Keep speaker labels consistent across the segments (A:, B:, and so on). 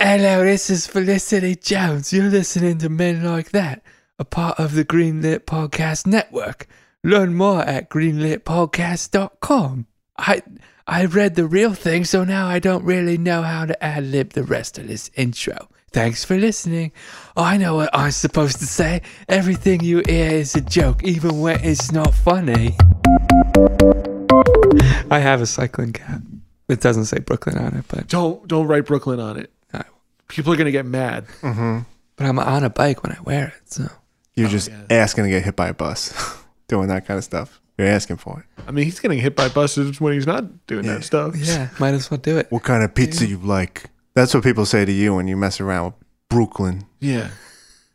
A: Hello, this is Felicity Jones. You're listening to Men Like That, a part of the Greenlit Podcast Network. Learn more at greenlitpodcast.com. I I read the real thing, so now I don't really know how to ad lib the rest of this intro. Thanks for listening. Oh, I know what I'm supposed to say. Everything you hear is a joke, even when it's not funny. I have a cycling cap. It doesn't say Brooklyn on it, but
B: Don't don't write Brooklyn on it.
A: I,
B: People are gonna get mad.
A: but I'm on a bike when I wear it. So
C: You're just
B: Oh, yeah.
C: asking to get hit by a bus, doing that kind of stuff. You're asking for it.
B: I mean, he's getting hit by buses when he's not doing
C: Yeah.
B: that stuff.
A: yeah, might as well do it.
C: What kind of pizza you like? That's what people say to you when you mess around with Brooklyn.
B: Yeah.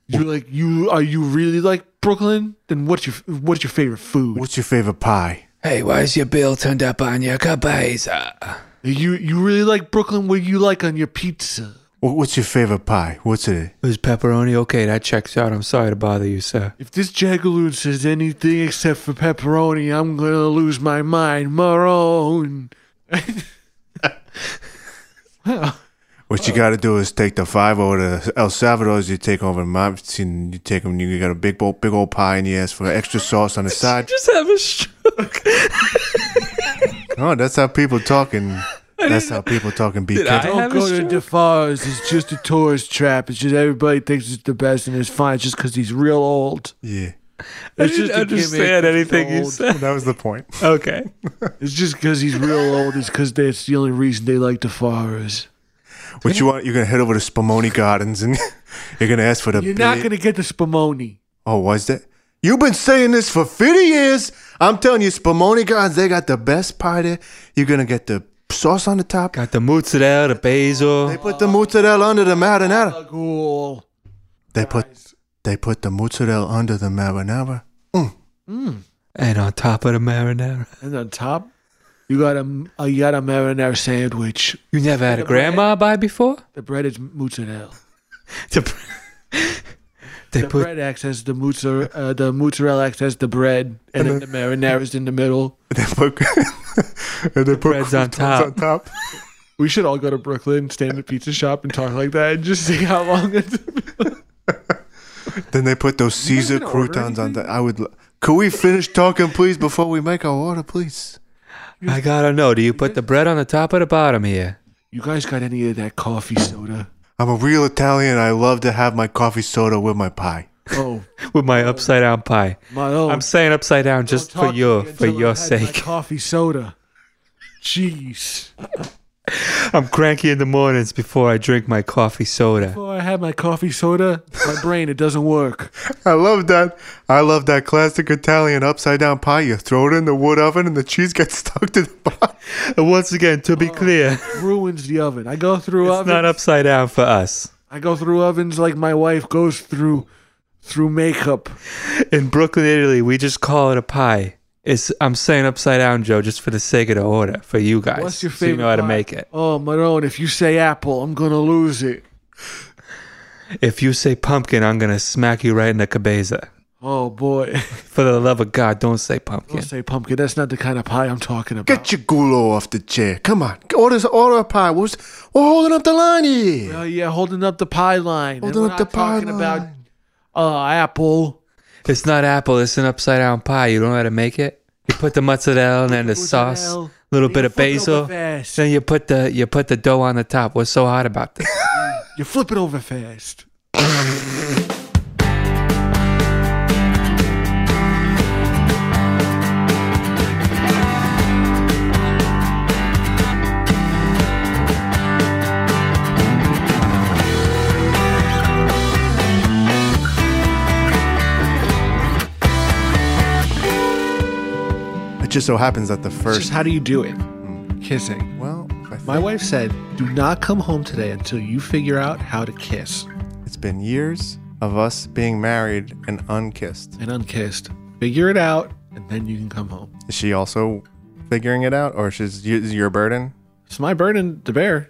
B: You're like you are you really like Brooklyn? Then what's your what's your favorite food?
C: What's your favorite pie?
A: Hey, why's your bill turned up on your cabeza?
B: you you really like Brooklyn? What do you like on your pizza?
C: Wha- What's your favorite pie? What's it?
A: Was pepperoni okay? That checks out. I'm sorry to bother you, sir.
B: If this jagaloon says anything except for pepperoni, I'm gonna lose my mind, Marone. wow.
C: What you got to do is take the five over to El Salvador's. You take over my, you take them. You got a big old, big old pie, and you ask for extra sauce on the side.
A: Just have a stroke.
C: Oh, that's how people talking. That's how people talking. Be
A: Did I?
C: careful.
B: Don't
A: have a
B: go to
A: stroke.
B: DeFars. It's just a tourist trap. It's just everybody thinks it's the best and it's fine just because he's real old.
C: Yeah,
A: I didn't
B: It's just a gimmick.
A: understand
B: He's
A: anything you
B: old.
A: said.
C: that was the point.
A: Okay.
B: It's just because he's real old. It's because that's the only reason they like DeFars.
C: What you want? You're gonna head over to Spumoni Gardens, and you're gonna ask for the.
B: You're not
C: big-
B: going to get the Spumoni.
C: Oh, was that? You've been saying this for 50 years. I'm telling you, Spumoni guys, they got the best pie there. You're going to get the sauce on the top.
A: Got the mozzarella, the
C: They
A: basil.
C: put the mozzarella under the marinara.
B: Cool.
C: They put they put the mozzarella under the marinara.
A: And on top of the marinara.
B: And on top, you got a, a, you got a marinara sandwich.
A: You never had a
B: The bread.
A: grandma by before?
B: The bread is mozzarella.
A: The bre- they
B: The
A: put
B: bread acts as the mozzarella, uh, the mozzarella acts as the bread, and then the marinara's in the middle.
C: They put and they put
A: bread's on
C: croutons
A: top.
C: on top.
B: We should all go to Brooklyn, stand in a pizza shop, and talk like that, and just see how long it's.
C: Then they put those Caesar
B: gonna order
C: croutons on the I would lo- Could we finish talking please before we make our order, please?
A: I gotta know, do you put the bread on the top or the bottom here?
B: You guys got any of that coffee soda?
C: I'm a real Italian. I love to have my coffee soda with my pie.
B: Oh,
A: With my upside down pie.
B: my oh, own.
A: I'm saying upside down just
B: Don't talk
A: for
B: to
A: your
B: me
A: for
B: until
A: your
B: I've had my
A: sake.
B: coffee soda. Jeez.
A: I'm cranky in the mornings before I drink my coffee soda.
B: Before Oh, I had my coffee soda, my brain it doesn't work.
C: I love that. I love that classic Italian upside down pie. You throw it in the wood oven and the cheese gets stuck to the bottom.
A: And once again, to
B: Oh.
A: be clear,
B: Ruins the oven. I go through
A: it's
B: ovens.
A: not upside down for us.
B: I go through ovens like my wife goes through through makeup.
A: In Brooklyn, Italy, we just call it a pie. It's I'm saying upside down, Joe, just for the sake of the order for you guys.
B: What's your
A: so
B: favorite?
A: you know how to
B: pie?
A: make it.
B: Oh, my own. If you say apple, I'm gonna lose it.
A: If you say pumpkin, I'm gonna smack you right in the cabeza.
B: Oh boy.
A: For the love of God, don't say pumpkin.
B: Don't say pumpkin. That's not the kind of pie I'm talking about.
C: Get your gulo off the chair. Come on. Order, order a pie. We're, we're holding up the line here.
B: Oh yeah, holding up the pie line. And
C: Holding
B: we're
C: up the
B: not
C: pie
B: talking
C: line.
B: about uh, apple.
A: It's not apple. It's an upside down pie. You don't know how to make it. You put the mozzarella and then the sauce, a
B: Mozzarella.
A: little
B: You
A: bit of
B: flip it
A: basil.
B: over fast.
A: Then you put the you put the dough on the top. What's so hot about this?
B: You flip it over fast.
C: It just so happens that the
B: It's
C: first.
B: Just how do you do it? Kissing.
C: well, I
B: My
C: think
B: wife said, "Do not come home today until you figure out how to kiss."
C: it's been years of us being married and unkissed.
B: And unkissed. Figure it out, and then you can come home.
C: Is she also figuring it out or is she's you- is your burden?
B: It's my burden to bear.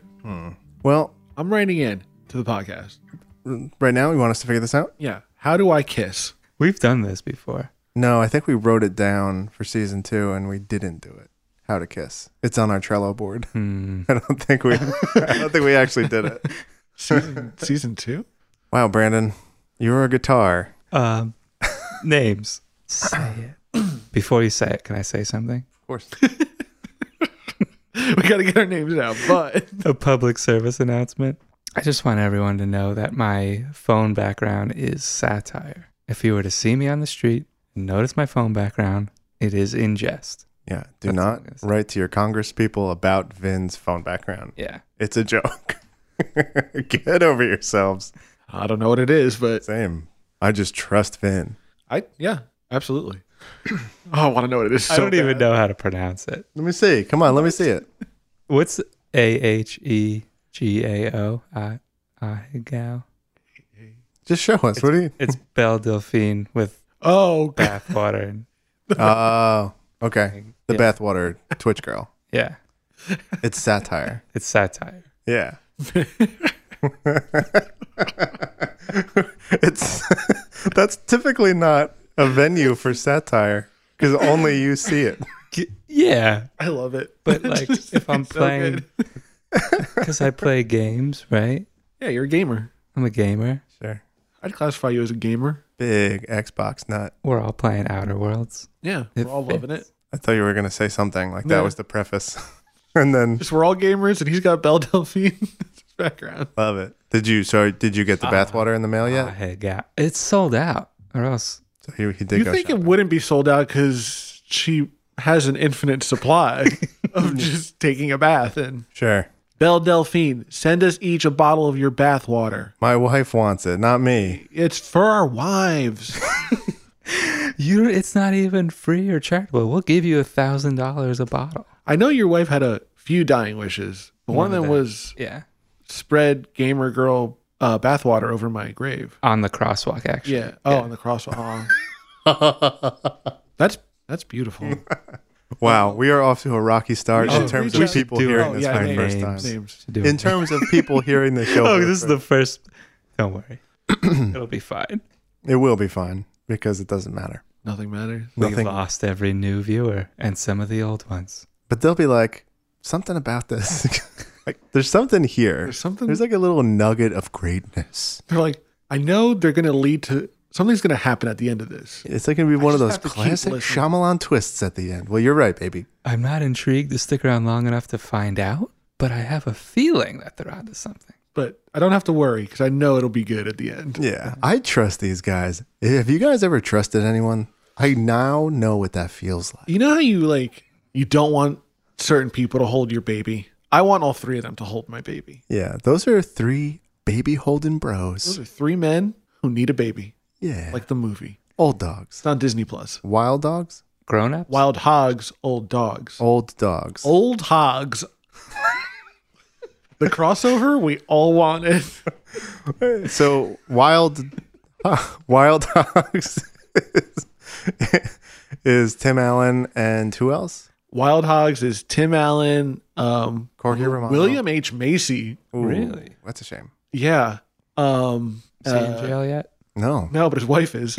C: Well,
B: I'm writing in to the podcast.
C: right now, you want us to figure this out?
B: Yeah. How do I kiss?
A: We've done this before.
C: No, I think we wrote it down for season two and we didn't do it. How to kiss. It's on our Trello board. I don't think we I don't think we actually did it.
B: Season season two?
C: Wow, Brandon, you're a guitar.
A: Um, names. Say it. Before you say it, can I say something?
C: Of course.
B: We gotta get our names out, but
A: A public service announcement. I just want everyone to know that my phone background is satire. If you were to see me on the street and notice my phone background, it is in jest.
C: Yeah. Do
A: That's
C: not
A: all I guess.
C: write to your Congress people about Vin's phone background.
A: Yeah.
C: It's a joke. Get over yourselves.
B: I don't know what it is, but
C: Same. I just trust Vin.
B: I yeah, absolutely. oh, I wanna know what it is.
A: I
B: so
A: don't e- even know how to pronounce it.
C: Let me see. Come on, let me see it.
A: What's A H E G A O I I Gao?
C: Just show us. What do you?
A: It's Belle Delphine with
B: Oh God.
A: bathwater and
C: Oh, okay. The
A: Yeah.
C: bathwater Twitch girl.
A: yeah,
C: It's satire.
A: it's satire.
C: Yeah. it's that's typically not a venue for satire because only you see it.
A: G- Yeah,
B: I love it.
A: but like
B: Just
A: if I'm
B: so good.
A: playing, because I play games, right?
B: Yeah, you're a gamer.
A: I'm a gamer.
C: Sure.
B: I'd classify you as a gamer.
C: Big Xbox nut.
A: We're all playing Outer Worlds.
B: Yeah.
A: It
B: we're all loving it.
C: I thought you were gonna say something like
B: Yeah.
C: that was the preface, and then
B: Just we're all gamers and he's got Belle Delphine in his background.
C: love it. Did you? So did you get
A: Ah.
C: the bathwater in the mail
A: Yeah, I
C: yet?
A: had got it's sold out, or else
C: So he, he did
B: You
C: go.
B: think
C: shopping.
B: it wouldn't be sold out because she has an infinite supply of just taking a bath and
C: sure.
B: Belle Delphine, send us each a bottle of your bath water.
C: My wife wants it, not me.
B: It's for our wives.
A: you it's not even free or charitable. We'll give you a thousand dollars a bottle.
B: I know your wife had a few dying wishes. But one of
A: None of
B: them
A: that.
B: was
A: Yeah,
B: spread gamer girl uh, bath water over my grave.
A: on the crosswalk actually.
B: Yeah. Oh, on the crosswalk. Aw. that's that's beautiful.
C: Wow, we are off to a rocky start
B: Oh, We
C: in
B: should
C: terms
B: reach
C: of
B: out-
C: people
A: Oh, do it.
C: hearing
A: Oh,
C: this
A: yeah,
C: for the
A: names.
C: first time.
B: Names.
A: Doing
C: In
A: it.
C: terms of people hearing the show,
A: oh,
C: for the
A: this is
C: first-
A: the first. Don't worry, it'll be fine.
C: it will be fine because it doesn't matter.
B: Nothing matters.
A: We
C: Nothing.
A: lost every new viewer and some of the old ones.
C: But they'll be like, something about this. like, there's something here.
B: There's something.
C: There's like a little nugget of greatness.
B: they're like, I know they're going to lead to something's going to happen at the end of this.
C: It's like gonna be one
B: just
C: of those
B: have to keep
C: classic
B: listening.
C: Shyamalan twists at the end. Well, you're right, baby.
A: I'm not intrigued to stick around long enough to find out, but I have a feeling that they're onto something.
B: But I don't have to worry because I know it'll be good at the end.
C: Yeah, I trust these guys. Have you guys ever trusted anyone? I now know what that feels like.
B: You know how you like you don't want certain people to hold your baby. I want all three of them to hold my baby.
C: Yeah, those are three baby
B: Those
C: holding bros.
B: are three men who need a baby,
C: Yeah, like
B: like the movie.
C: old dogs,
B: It's on Disney Plus.
C: wild dogs,
A: Grown ups?
B: Wild hogs, old dogs.
C: old dogs.
B: Old hogs. the crossover we all wanted.
C: So wild, wild hogs is, is Tim Allen and who else?
B: Wild hogs is Tim Allen, um,
C: Corky Romano.
B: William H Macy.
C: Ooh,
A: Really?
C: That's a shame.
B: Yeah. Um,
A: Is he
B: uh,
A: in jail yet?
C: No,
B: No, but his wife is.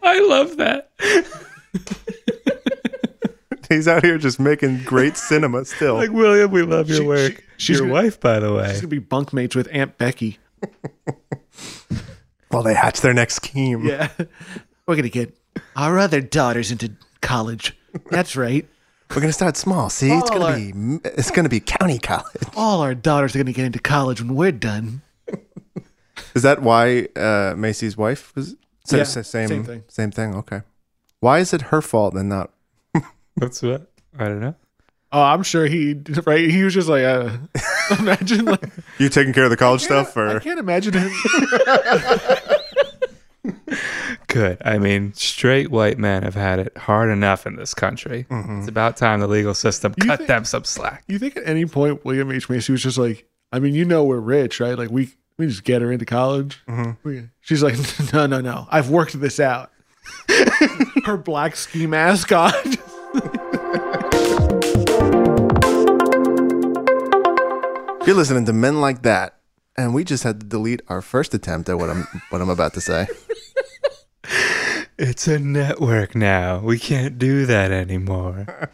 A: I love that.
C: he's out here just making great cinema still.
A: Like, William, we love your
B: She-
A: work.
B: she- she's
A: your
B: gonna-
A: wife, by the way.
B: She's gonna be bunkmates with Aunt Becky.
C: While they hatch their next scheme.
B: Yeah. We're gonna get our other daughters into college. That's right.
C: We're gonna start small. See, it's
B: All
C: gonna
B: our-
C: be m- it's gonna be county college.
B: All our daughters are gonna get into college when we're done.
C: Is that why uh, Macy's wife was sa-
B: Yeah,
C: sa- same
B: same thing.
C: Same thing. Okay. Why is it her fault and not?
A: That's what? I don't know.
B: Oh, I'm sure he right. He was just like, uh, imagine like
C: You taking care of the college stuff,
B: I
C: or
B: can't imagine him.
A: Good. I mean, straight white men have had it hard enough in this country. It's about time the legal system cut
B: think-
A: them some slack.
B: You think at any point William H Macy was just like, I mean, you know, we're rich, right? Like we we just get her into college. We- she's like, no, no, no. I've worked this out. her black ski mask on.
C: you're listening to men like that, and we just had to delete our first attempt at what I'm what I'm about to say.
A: It's a network now. We can't do that anymore.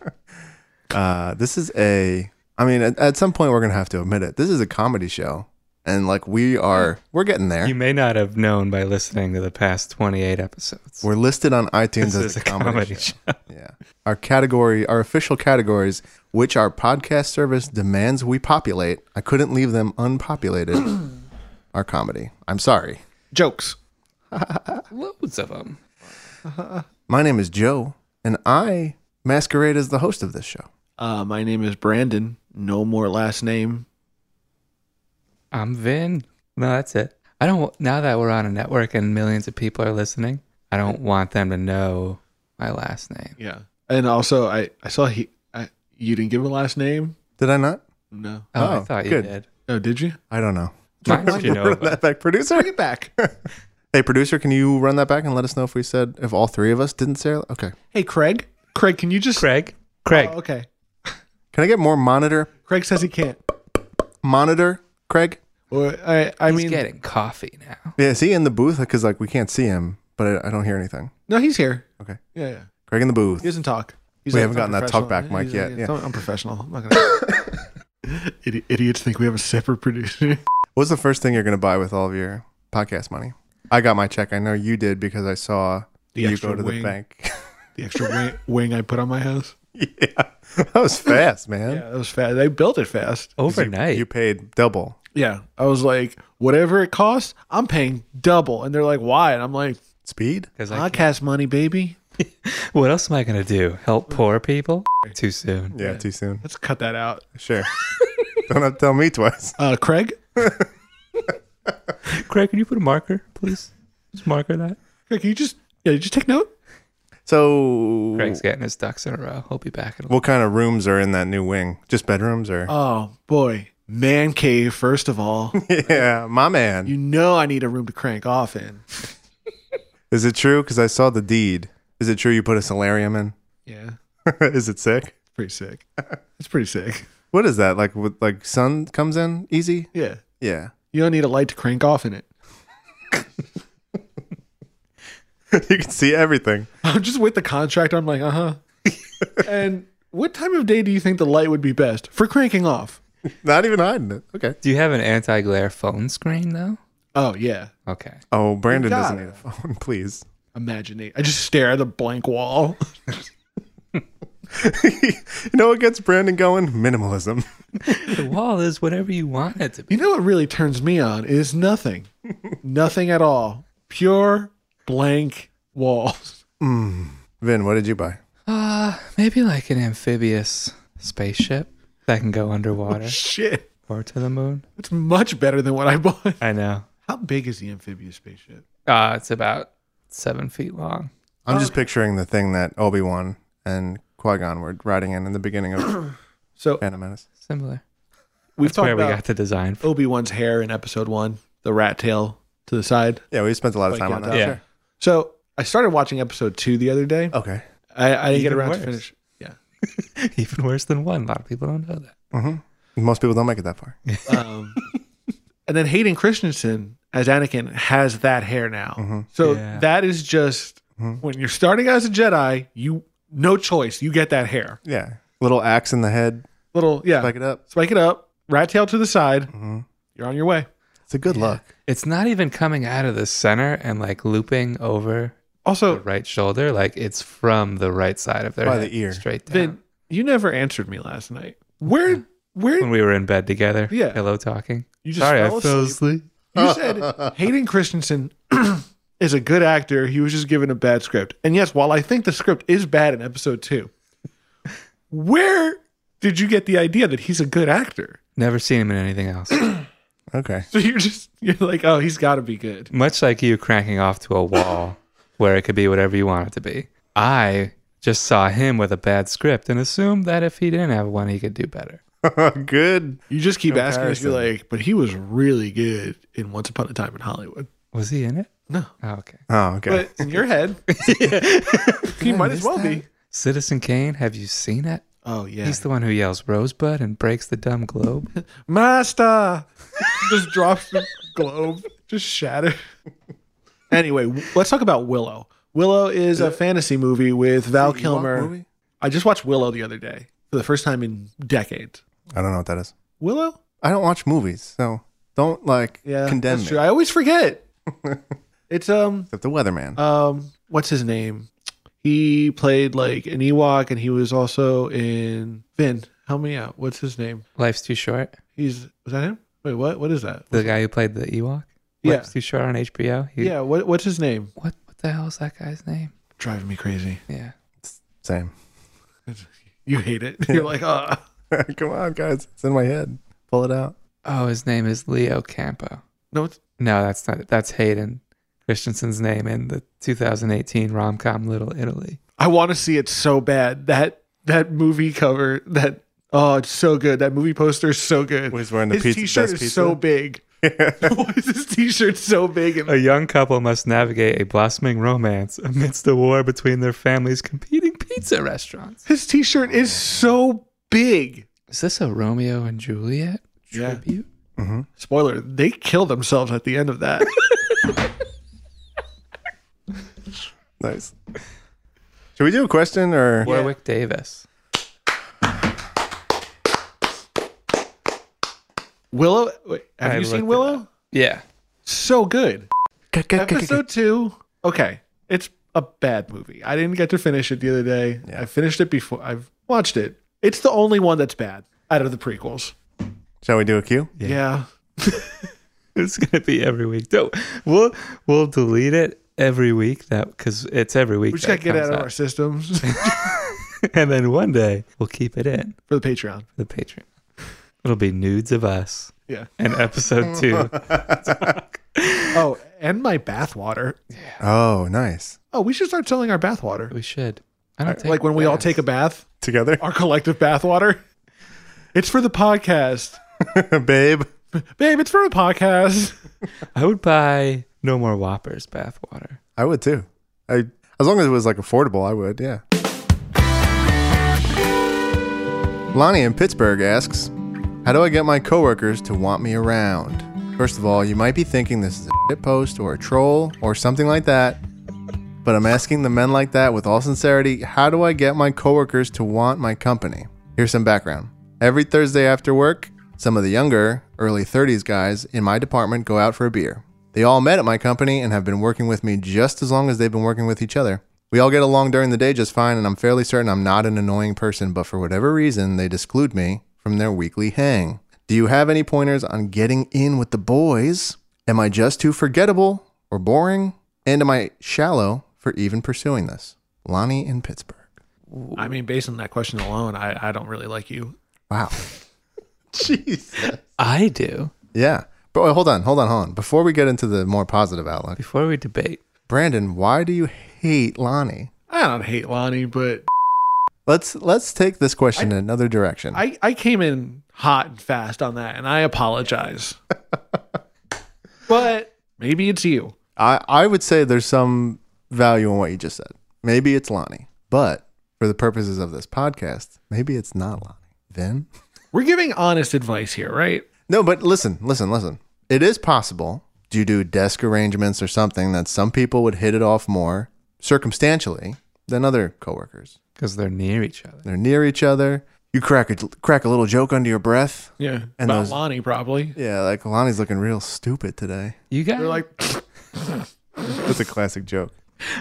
C: Uh, this is a. I mean, at, at some point we're gonna have to admit it. This is a comedy show, and like we are we're getting there.
A: You may not have known by listening to the past 28 episodes.
C: We're listed on iTunes
A: This
C: as
A: is
C: a comedy, show.
A: show.
C: Yeah. Our category, our official categories, which our podcast service demands we populate. I couldn't leave them unpopulated. our comedy. I'm sorry.
B: Jokes.
A: Loads of them.
C: My name is Joe, and I masquerade as the host of this show.
B: Uh, my name is Brandon. No more last name.
A: I'm Vin. No, that's it. I don't. Now that we're on a network and millions of people are listening, I don't want them to know my last name.
B: Yeah. And also, I I saw he I, you didn't give a last name.
C: Did I not?
B: No.
A: Oh, I
C: Oh,
A: thought you
C: good.
A: did.
B: Oh, did you?
C: I don't know.
A: Mine should know,
C: Run
A: but-
C: that back, producer.
B: Bring it back.
C: Hey, producer, can you run that back and let us know if we said if all three of us didn't say? it? Okay.
B: hey, Craig. Craig, can you just?
A: Craig. Craig.
B: Oh, okay.
C: Can I get more monitor?
B: Craig says he can't.
C: Monitor, Craig.
B: Or I I
A: He's
B: mean,
A: getting coffee now.
C: Yeah, is he in the booth? Because like we can't see him, but I, I don't hear anything.
B: no, he's here.
C: Okay.
B: Yeah, yeah.
C: Craig in the booth.
B: He doesn't talk. He's
C: We
B: like,
C: haven't
B: "I'm
C: gotten that talk
B: professional."
C: back mic
B: He's
C: yet,
B: like,
C: yeah.
B: "I'm professional. I'm not gonna. Idi- Idiots think we have a separate producer.
C: What's the first thing you're going to buy with all of your podcast money? I got my check. I know you did because I saw
B: The
C: you
B: extra
C: go to the
B: wing.
C: bank.
B: The extra wing, wing I put on my house.
C: yeah, that was fast, man.
B: Yeah, that was fast. They built it fast.
A: Overnight.
C: You paid double.
B: Yeah, I was like, whatever it costs, I'm paying double. And they're like, why? And I'm like,
C: Speed?
A: 'Cause I can't-
B: podcast money, baby.
A: what else am I going to do? Help poor people? Too soon.
C: Yeah, too soon.
B: Let's cut that out.
C: Sure. Don't have to tell me twice.
B: Uh, Craig,
A: Craig, can you put a marker, please? Just marker that.
B: Craig, can you just yeah, you just take note?
C: So,
A: Craig's getting his ducks in a row. He'll be back in a
C: what kind of rooms are in that new wing? Just bedrooms or?
B: Oh boy, man cave. First of all,
C: yeah, my man.
B: you know I need a room to crank off in.
C: Is it true? Because I saw the deed. Is it true you put a solarium in?
B: Yeah,
C: is it sick?
B: pretty sick. It's pretty sick.
C: What is that? Like, with, like sun comes in easy?
B: Yeah,
C: Yeah.
B: you don't need a light to crank off in it.
C: you can see everything.
B: I'm just with the contractor. I'm like, uh huh. and what time of day do you think the light would be best for cranking off?
C: Not even hiding it. Okay.
A: Do you have an anti glare phone screen, though?
B: Oh yeah,
A: Okay.
C: Oh, Brandon
B: got
C: doesn't
B: it.
C: need a phone, please.
B: imagine it. I just stare at the blank wall.
C: you know what gets Brandon going? Minimalism.
A: The wall is whatever you want it to be.
B: You know what really turns me on is nothing. nothing at all. Pure blank walls.
C: Vin, what did you buy?
A: Uh, maybe like an amphibious spaceship that can go underwater
B: Shit.
A: or to the moon.
B: It's much better than what I bought.
A: I know.
B: How big is the amphibious spaceship?
A: Uh, it's about seven feet long.
C: I'm
B: Uh,
C: just picturing the thing that Obi Wan and Qui Gon were riding in in the beginning of
B: So
C: Phantom Menace.
A: Similar.
B: we've
A: That's
B: talked
A: where we
B: about
A: got the design from.
B: Obi Wan's hair in episode one, the rat tail to the side.
C: Yeah, we spent a lot of
B: Like,
C: time on
B: yeah,
C: that.
A: yeah.
C: Sure.
B: So I started watching episode two the other day.
C: Okay.
B: I, I didn't get
A: Even
B: around
A: worse.
B: to finish. Yeah.
A: Even worse than one. A lot of people don't know that.
C: Mm-hmm. Most people don't make it that far.
B: Um, and then Hayden Christensen as Anakin has that hair now. So
A: Mm-hmm. Yeah. Mm-hmm.
B: that is just when you're starting as a Jedi, you no choice. You get that hair.
C: Yeah. Little axe in the head.
B: Little yeah.
C: Back it up. Mm-hmm.
B: Spike it up, rat tail to the side. You're on your way.
C: It's a good look.
A: It's not even coming out of the center and like looping over the
B: Also,
A: right shoulder. Like it's from the right side of their
C: By
A: head,
C: the ear.
A: straight down.
B: Vin, you never answered me last night. Where where
A: when we were in bed together,
B: Yeah.
A: pillow talking.
B: you just
A: Hmm. Sorry,
B: fell
A: I fell asleep.
B: You said Hayden Christensen is a good actor. He was just given a bad script. And yes, while I think the script is bad in episode two, where did you get the idea that he's a good actor?
A: Never seen him in anything else.
C: Okay.
B: So you're just you're like, oh, he's got to be good.
A: Much like you cranking off to a wall where it could be whatever you want it to be. I just saw him with a bad script and assumed that if he didn't have one, he could do better.
C: good.
B: You just keep asking us. You're
C: Comparison.
B: like, but he was really good in Once Upon a Time in Hollywood.
A: Was he in it?
B: No,
A: Oh, okay.
C: Oh, okay.
B: but in your head, he might as
A: missed
B: well
A: that?
B: be.
A: Citizen Kane, have you seen it?
B: Oh yeah,
A: He's the one who yells Rosebud and breaks the dumb globe.
B: Master just drops the globe, just shattered. Anyway, w- let's talk about Willow. Willow is a fantasy movie with Val
C: Ewok
B: Kilmer.
C: movie?
B: I just watched Willow the other day for the first time in decades.
C: I don't know what that is.
B: Willow?
C: I don't watch movies, so Don't like
B: Yeah,
C: condemn
B: that's
C: me.
B: true. I always forget. it's um
C: Except the weatherman.
B: um what's his name? He played like an Ewok, and he was also in Finn. Help me out. What's his name?
A: Life's too short.
B: He's was that him? Wait, what? What is that?
A: The guy who played the Ewok.
B: Yeah.
A: Life's too short on HBO. He-
B: Yeah. What? What's his name?
A: What What the hell is that guy's name?
B: Driving me crazy.
A: Yeah.
C: Same.
B: You hate it. You're like, ah.
C: Come on, guys. It's in my head. Pull it out.
A: Oh, his name is Leo Campo.
B: No, it's
A: No, that's not. That's Hayden Christensen's name in the 2018 rom com Little Italy.
B: I want to see it so bad. That that movie cover, that oh, it's so good. That movie poster is so good.
C: He's wearing the
B: His
C: pizza-
B: t-shirt
C: best
B: is
C: pizza.
B: so big. Why is his t-shirt so big?
A: A
B: And,
A: young couple must navigate a blossoming romance amidst the war between their families' competing pizza restaurants.
B: his t-shirt is so big.
A: Is this a Romeo and Juliet
B: Yeah.
A: tribute?
B: Spoiler: They kill themselves at the end of that.
C: Nice. Should we do a question or
A: Warwick Davis.
B: Willow, wait, have
A: I
B: you
A: looked
B: seen
A: it
B: Willow?
A: Yeah.
B: So good.
C: yeah.
B: Episode two. Okay, it's a bad movie. I didn't get to finish it the other day. I finished it before I've watched it. It's the only one that's bad out of the prequels.
C: Shall we do a cue?
B: yeah.
A: It's gonna be every week. Don't, we'll we'll delete it every week that because it's every week.
B: We just
A: that
B: gotta get it
A: comes
B: out of
A: out.
B: our systems
A: and then one day we'll keep it in
B: for the Patreon.
A: the Patreon. It'll be nudes of us
B: Yeah.
A: and episode two.
B: Oh, and my bathwater.
C: Oh, nice.
B: Oh, we should start selling our bathwater.
A: We should. I don't take
B: Uh, Like when we all
A: baths.
B: take a bath,
C: Together,
B: our collective bathwater. It's for the podcast,
C: babe.
B: babe. It's for the podcast.
A: I would buy no more Whoppers bathwater.
C: I would too. I as long as it was like affordable, I would. Yeah. Lonnie in Pittsburgh asks, "How do I get my coworkers to want me around?" First of all, you might be thinking this is a shit post or a troll or something like that, but I'm asking the men like that with all sincerity, how do I get my coworkers to want my company? Here's some background. Every Thursday after work, some of the younger, early 30s guys in my department go out for a beer. They all met at my company and have been working with me just as long as they've been working with each other. We all get along during the day just fine, and I'm fairly certain I'm not an annoying person, but for whatever reason, they disclude me from their weekly hang. Do you have any pointers on getting in with the boys? Am I just too forgettable or boring? And am I shallow for even pursuing this? Lonnie in Pittsburgh.
B: I mean, based on that question alone, I, I don't really like you.
C: Wow. Jesus.
A: I do.
C: Yeah. But wait, hold on, hold on, hold on. Before we get into the more positive outlook,
A: Before we debate,
C: Brandon, why do you hate Lonnie?
B: I don't hate Lonnie, but
C: Let's let's take this question in another direction.
B: I, I came in hot and fast on that, and I apologize. but maybe it's you.
C: I, I would say there's some value in what you just said. Maybe it's Lonnie, but for the purposes of this podcast, maybe it's not Lonnie. Then?
B: We're giving honest advice here, right?
C: No, but listen, listen, listen. It is possible. Do you do desk arrangements or something that some people would hit it off more circumstantially than other coworkers?
A: because they're near each other.
C: They're near each other. You crack a crack a little joke under your breath.
B: Yeah.
C: And
B: About
C: those-
B: Lonnie, probably.
C: Yeah, like Lonnie's looking real stupid today.
A: You guys,
B: They're like,
C: That's a classic joke.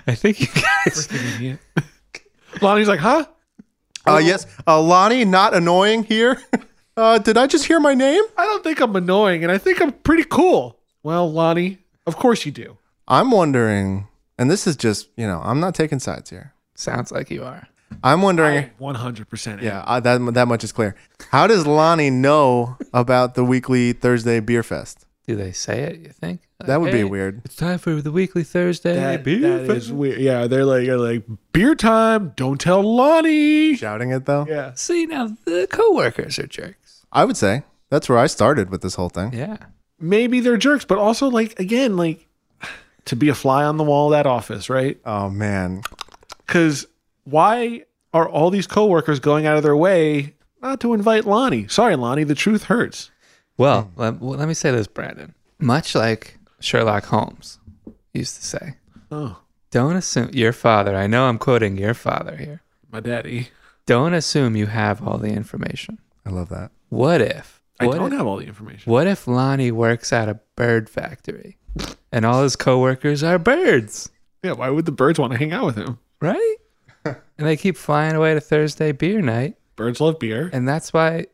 A: I think you guys.
B: idiot. Lonnie's like, huh?
C: Uh, yes, uh, Lonnie, not annoying here. Uh, did I just hear my name?
B: I don't think I'm annoying, and I think I'm pretty cool. Well, Lonnie, of course you do.
C: I'm wondering, and this is just, you know, I'm not taking sides here.
A: sounds like you are.
C: I'm wondering,
B: 100%.
C: yeah, I, that, that much is clear. How does Lonnie know about the weekly Thursday beer fest?
A: Do they say it? You think
C: That would
A: Hey,
C: be weird.
A: It's time for the weekly Thursday
B: That,
A: beer
B: that
A: fest.
B: is weird. Yeah, they're like, they're like, beer time. Don't tell Lonnie.
C: Shouting it though?
B: Yeah.
A: See now, the coworkers are jerks.
C: I would say that's where I started with this whole thing.
A: Yeah,
B: Maybe they're jerks, but also, like, again, like, to be a fly on the wall of that office, right?
C: Oh, man.
B: Because why are all these coworkers going out of their way not to invite Lonnie? Sorry, Lonnie, the truth hurts.
A: Well,
B: Hmm.
A: lem- well, let me say this, Brandon. Much like Sherlock Holmes used to say,
B: Oh,
A: don't assume your father, I know I'm quoting your father here,
B: my daddy.
A: don't assume you have all the information.
C: I love that.
A: What if
B: I
A: What
B: don't
A: if-
B: have all the information.
A: What if Lonnie works at a bird factory and all his coworkers are birds,
B: Yeah, why would the birds want to hang out with him?
A: right? and they keep flying away to Thursday beer night,
B: Birds love beer.
A: and that's why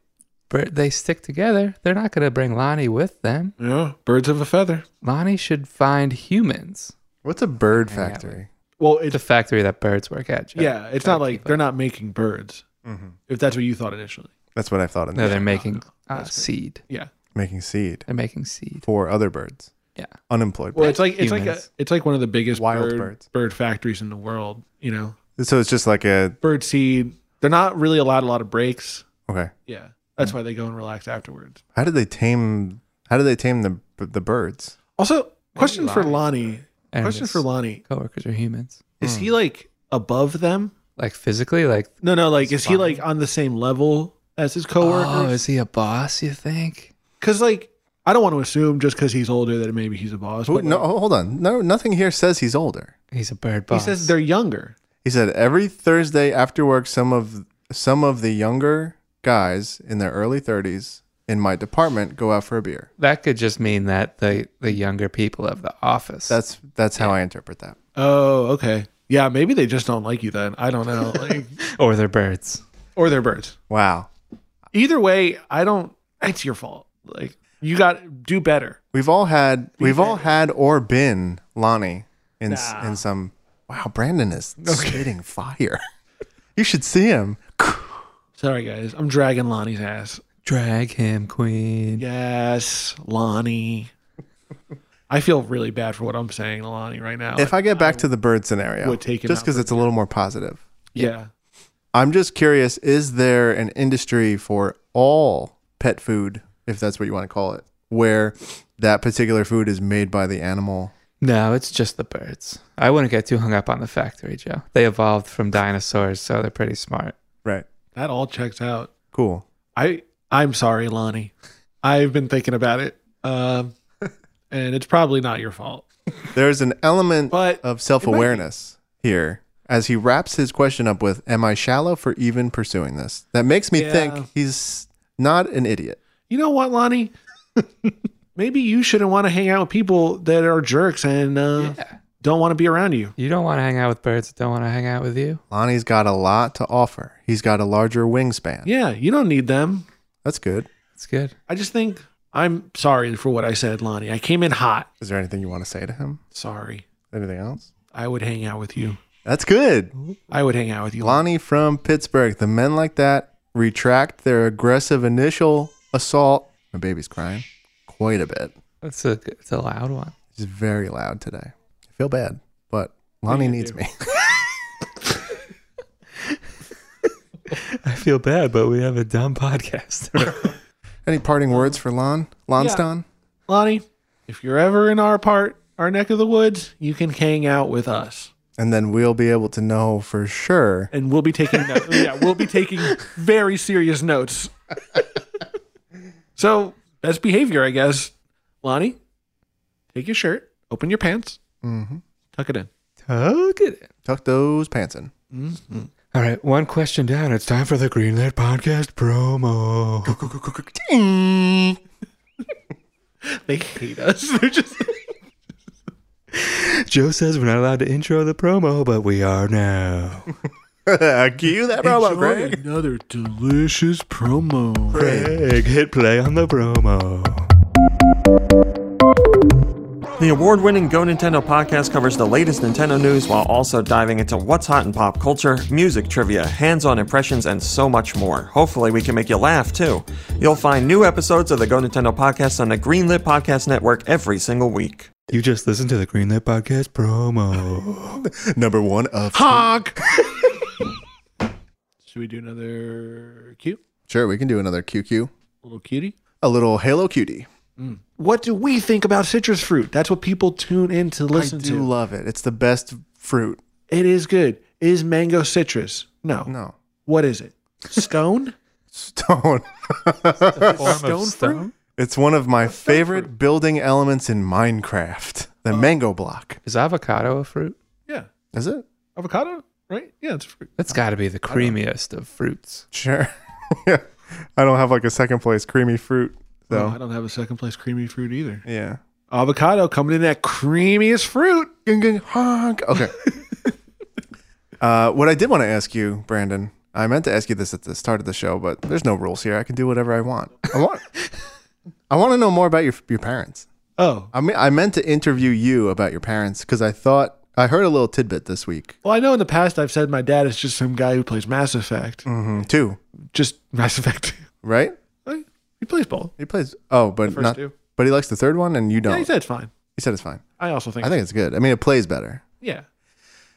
A: bir- they stick together. They're not going to bring Lonnie with them.
B: Yeah, birds of a feather.
A: Lonnie should find humans.
C: What's a bird
A: Hang out with-
C: factory?
B: Well,
A: The
B: it's
A: factory that birds work at. Joe.
B: yeah, it's not like they're not making birds.
C: Mm-hmm.
B: If that's what you thought initially.
C: That's what I thought. In
A: No,
C: there.
A: they're making uh,
B: That's good.
A: seed.
B: Yeah.
C: Making seed
A: They're making seed.
C: for other birds.
A: Yeah.
C: Unemployed
B: Well, it's
C: birds.
B: like it's like a,
A: Humans.
B: it's like one of the biggest
C: Wild
B: bird,
C: birds.
B: bird factories in the world. You know,
C: So it's just like a
B: bird seed. They're not really allowed a lot of breaks.
C: okay.
B: Yeah, Hmm. that's why they go and relax afterwards.
C: How did they tame? How did they tame the the birds?
B: Also, question for
A: lies.
B: Lonnie.
A: And
B: question
A: his
B: for Lonnie.
A: Coworkers are humans.
B: Is
C: Hmm.
B: he like above them?
A: Like physically, like
B: No, no. Like, is he
A: Fine.
B: like on the same level as his coworkers?
A: oh, is he a boss? You think?
B: Because like I don't want to assume just because he's older that maybe he's a boss.
C: Who-
B: But
C: No,
B: like,
C: oh, hold on. No, nothing here says he's older.
A: He's a bird
B: he
A: boss.
B: says they're younger.
C: He said every Thursday after work, some of some of the younger guys in their early thirties in my department go out for a beer.
A: that could just mean that the the younger people of the office.
C: That's that's how I interpret that.
B: Oh, okay. Yeah, maybe they just don't like you then. I don't know. Like,
A: or they're birds.
B: or they're birds.
C: Wow.
B: Either way, I don't. It's your fault. Like you got do better.
C: We've all had we've all had or been Lonnie in s-
B: Nah.
C: in some. Wow, Brandon is spitting fire. You should see him.
B: Sorry guys, I'm dragging Lonnie's ass.
A: Drag him, queen.
B: Yes, Lonnie. I feel really bad for what I'm saying to Lonnie right now.
C: If I get back to the bird scenario,
B: would take him
C: just
B: out
C: because it's a little more positive,
B: yeah.
C: I'm just curious: is there an industry for all pet food, if that's what you want to call it, where that particular food is made by the animal?
A: No, it's just the birds. I wouldn't get too hung up on the factory, Joe. They evolved from dinosaurs, so they're pretty smart.
C: Right.
B: that all checks out.
C: Cool.
B: I I'm sorry, Lonnie. I've been thinking about it, um, and it's probably not your fault.
C: There's an element
B: But
C: of self awareness here as he wraps his question up with Am I shallow for even pursuing this? That makes me
B: Yeah.
C: think he's not an idiot.
B: you know what, Lonnie? Maybe you shouldn't want to hang out with people that are jerks and uh,
A: Yeah.
B: don't want to be around you.
A: You don't want to hang out with birds that don't want to hang out with you.
C: Lonnie's got a lot to offer. He's got a larger wingspan.
B: Yeah, you don't need them.
C: That's good.
A: It's good.
B: I just think I'm sorry for what I said, Lonnie. I came in hot.
C: Is there anything you want to say to him?
B: Sorry.
C: Anything else?
B: I would hang out with you.
C: That's good.
B: I would hang out with you.
C: Lonnie from Pittsburgh. The men like that retract their aggressive initial assault. My baby's crying quite a bit.
A: It's a it's a loud one.
C: She's very loud today. I feel bad, but Lonnie needs me.
A: I feel bad, but we have a dumb podcast.
C: Any parting words for Lon? Lonston?
B: Lonnie, if you're ever in our part, our neck of the woods, you can hang out with us.
C: And then we'll be able to know for sure.
B: and we'll be taking notes. yeah, we'll be taking very serious notes. so that's behavior, I guess. Lonnie, take your shirt, open your pants,
C: Mm-hmm.
B: tuck it in.
A: Tuck it in.
C: Tuck those pants in.
A: All right, one question down. It's time for the Greenlit Podcast promo.
C: Ding!
B: They hate us. They're just
A: Joe says we're not allowed to intro the promo, but we are now.
C: Cue that promo, Greg.
B: another delicious promo.
A: Craig, hit play on the promo.
D: The award winning Go Nintendo podcast covers the latest Nintendo news while also diving into what's hot in pop culture, music trivia, hands on impressions, and so much more. Hopefully, we can make you laugh too. You'll find new episodes of the Go Nintendo podcast on the Greenlit Podcast Network every single week.
A: You just listened to the Greenlit Podcast promo.
C: Number one of.
B: Honk. Should we do another cute
C: Sure, we can do another QQ.
B: little cutie?
C: A little Halo cutie.
B: What do we think about citrus fruit? That's what people tune in to listen
C: I do
B: to.
C: love it. It's the best fruit.
B: it is good. Is mango citrus?
C: No.
B: What is it? Stone?
C: Stone.
B: Stone fruit?
C: it's one of my favorite building elements in Minecraft. The mango block.
A: Is avocado a fruit?
B: Yeah.
C: Is it?
B: Avocado, right? Yeah, it's fruit.
A: That's got to be the creamiest of fruits.
C: Sure. yeah. I don't have like a second place creamy fruit.
B: No,
C: So
B: I don't have a second place creamy fruit either.
C: yeah.
B: Avocado coming in that creamiest fruit.
C: Gung, gung, honk. Okay. uh, what I did want to ask you, Brandon, I meant to ask you this at the start of the show, but there's no rules here. I can do whatever I want. I want. I want to know more about your your parents.
B: Oh,
C: I mean, I meant to interview you about your parents because I thought I heard a little tidbit this week
B: well, I know in the past I've said my dad is just some guy who plays Mass Effect.
C: Mm. too,
B: Just Mass Effect.
C: right?
B: he plays both.
C: He plays. Oh, but
B: first
C: not.
B: two.
C: But he likes the third one, and you don't.
B: Yeah, he
C: he,
B: said it's fine.
C: said it's fine.
B: I also think,
C: I think it's good. I mean, it plays better.
B: yeah,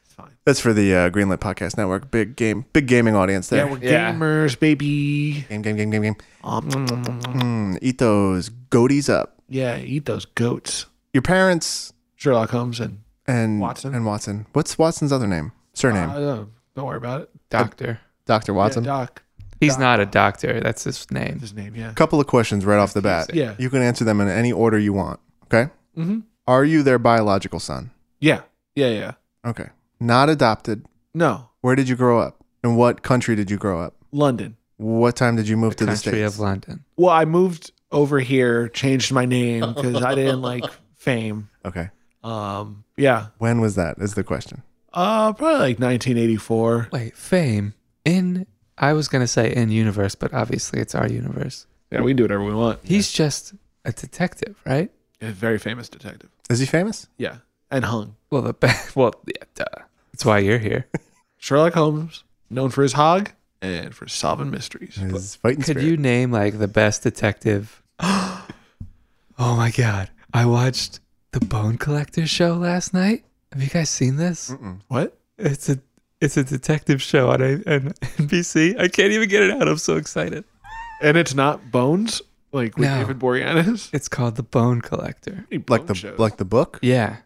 B: it's fine.
C: That's for the uh, Greenlit Podcast Network. Big game, big gaming audience there.
B: Yeah, we're
E: Yeah.
B: gamers, baby.
C: game, game, game, game, game.
B: Um, mm, mm, mm, mm.
C: Mm, eat those goaties up.
B: yeah, eat those goats.
C: Your parents
B: Sherlock Holmes and
C: and
B: Watson.
C: and Watson. What's Watson's other name? Surname?
B: I don't, know. Don't worry about it.
E: Doctor.
C: Doctor Watson.
B: Yeah, Doc,
E: He's not a doctor. That's his name.
B: his name. Yeah.
C: Couple of questions right off the bat.
B: Yeah.
C: You can answer them in any order you want. Okay.
B: Mhm.
C: Are you their biological son?
B: Yeah. Yeah. Yeah.
C: Okay. Not adopted.
B: No,
C: Where did you grow up? In what country did you grow up?
B: London.
C: What time did you move to the
E: Country
C: states?
E: of London.
B: Well, I moved over here, changed my name because I didn't like fame.
C: okay.
B: Um, yeah.
C: When was that? Is the question.
B: Uh, probably like 1984.
E: Wait, fame in. I was gonna say in universe, but obviously it's our universe.
B: Yeah, we can do whatever we want.
E: He's just a detective, right?
B: A very famous detective.
C: Is he famous?
B: Yeah, and hung.
E: Well, the ba- well, yeah, duh. That's why you're here.
B: Sherlock Holmes, known for his hog and for solving mysteries.
C: His fighting
E: Could
C: spirit.
E: you name like the best detective? oh my god! I watched the Bone Collector show last night. Have you guys seen this?
B: What?
E: It's a it's a detective show on, a, on NBC. I can't even get it out. I'm so excited.
B: And it's not Bones, like with
E: No.
B: David Boreanaz.
E: It's called The Bone Collector.
C: like the like the book?
E: Yeah,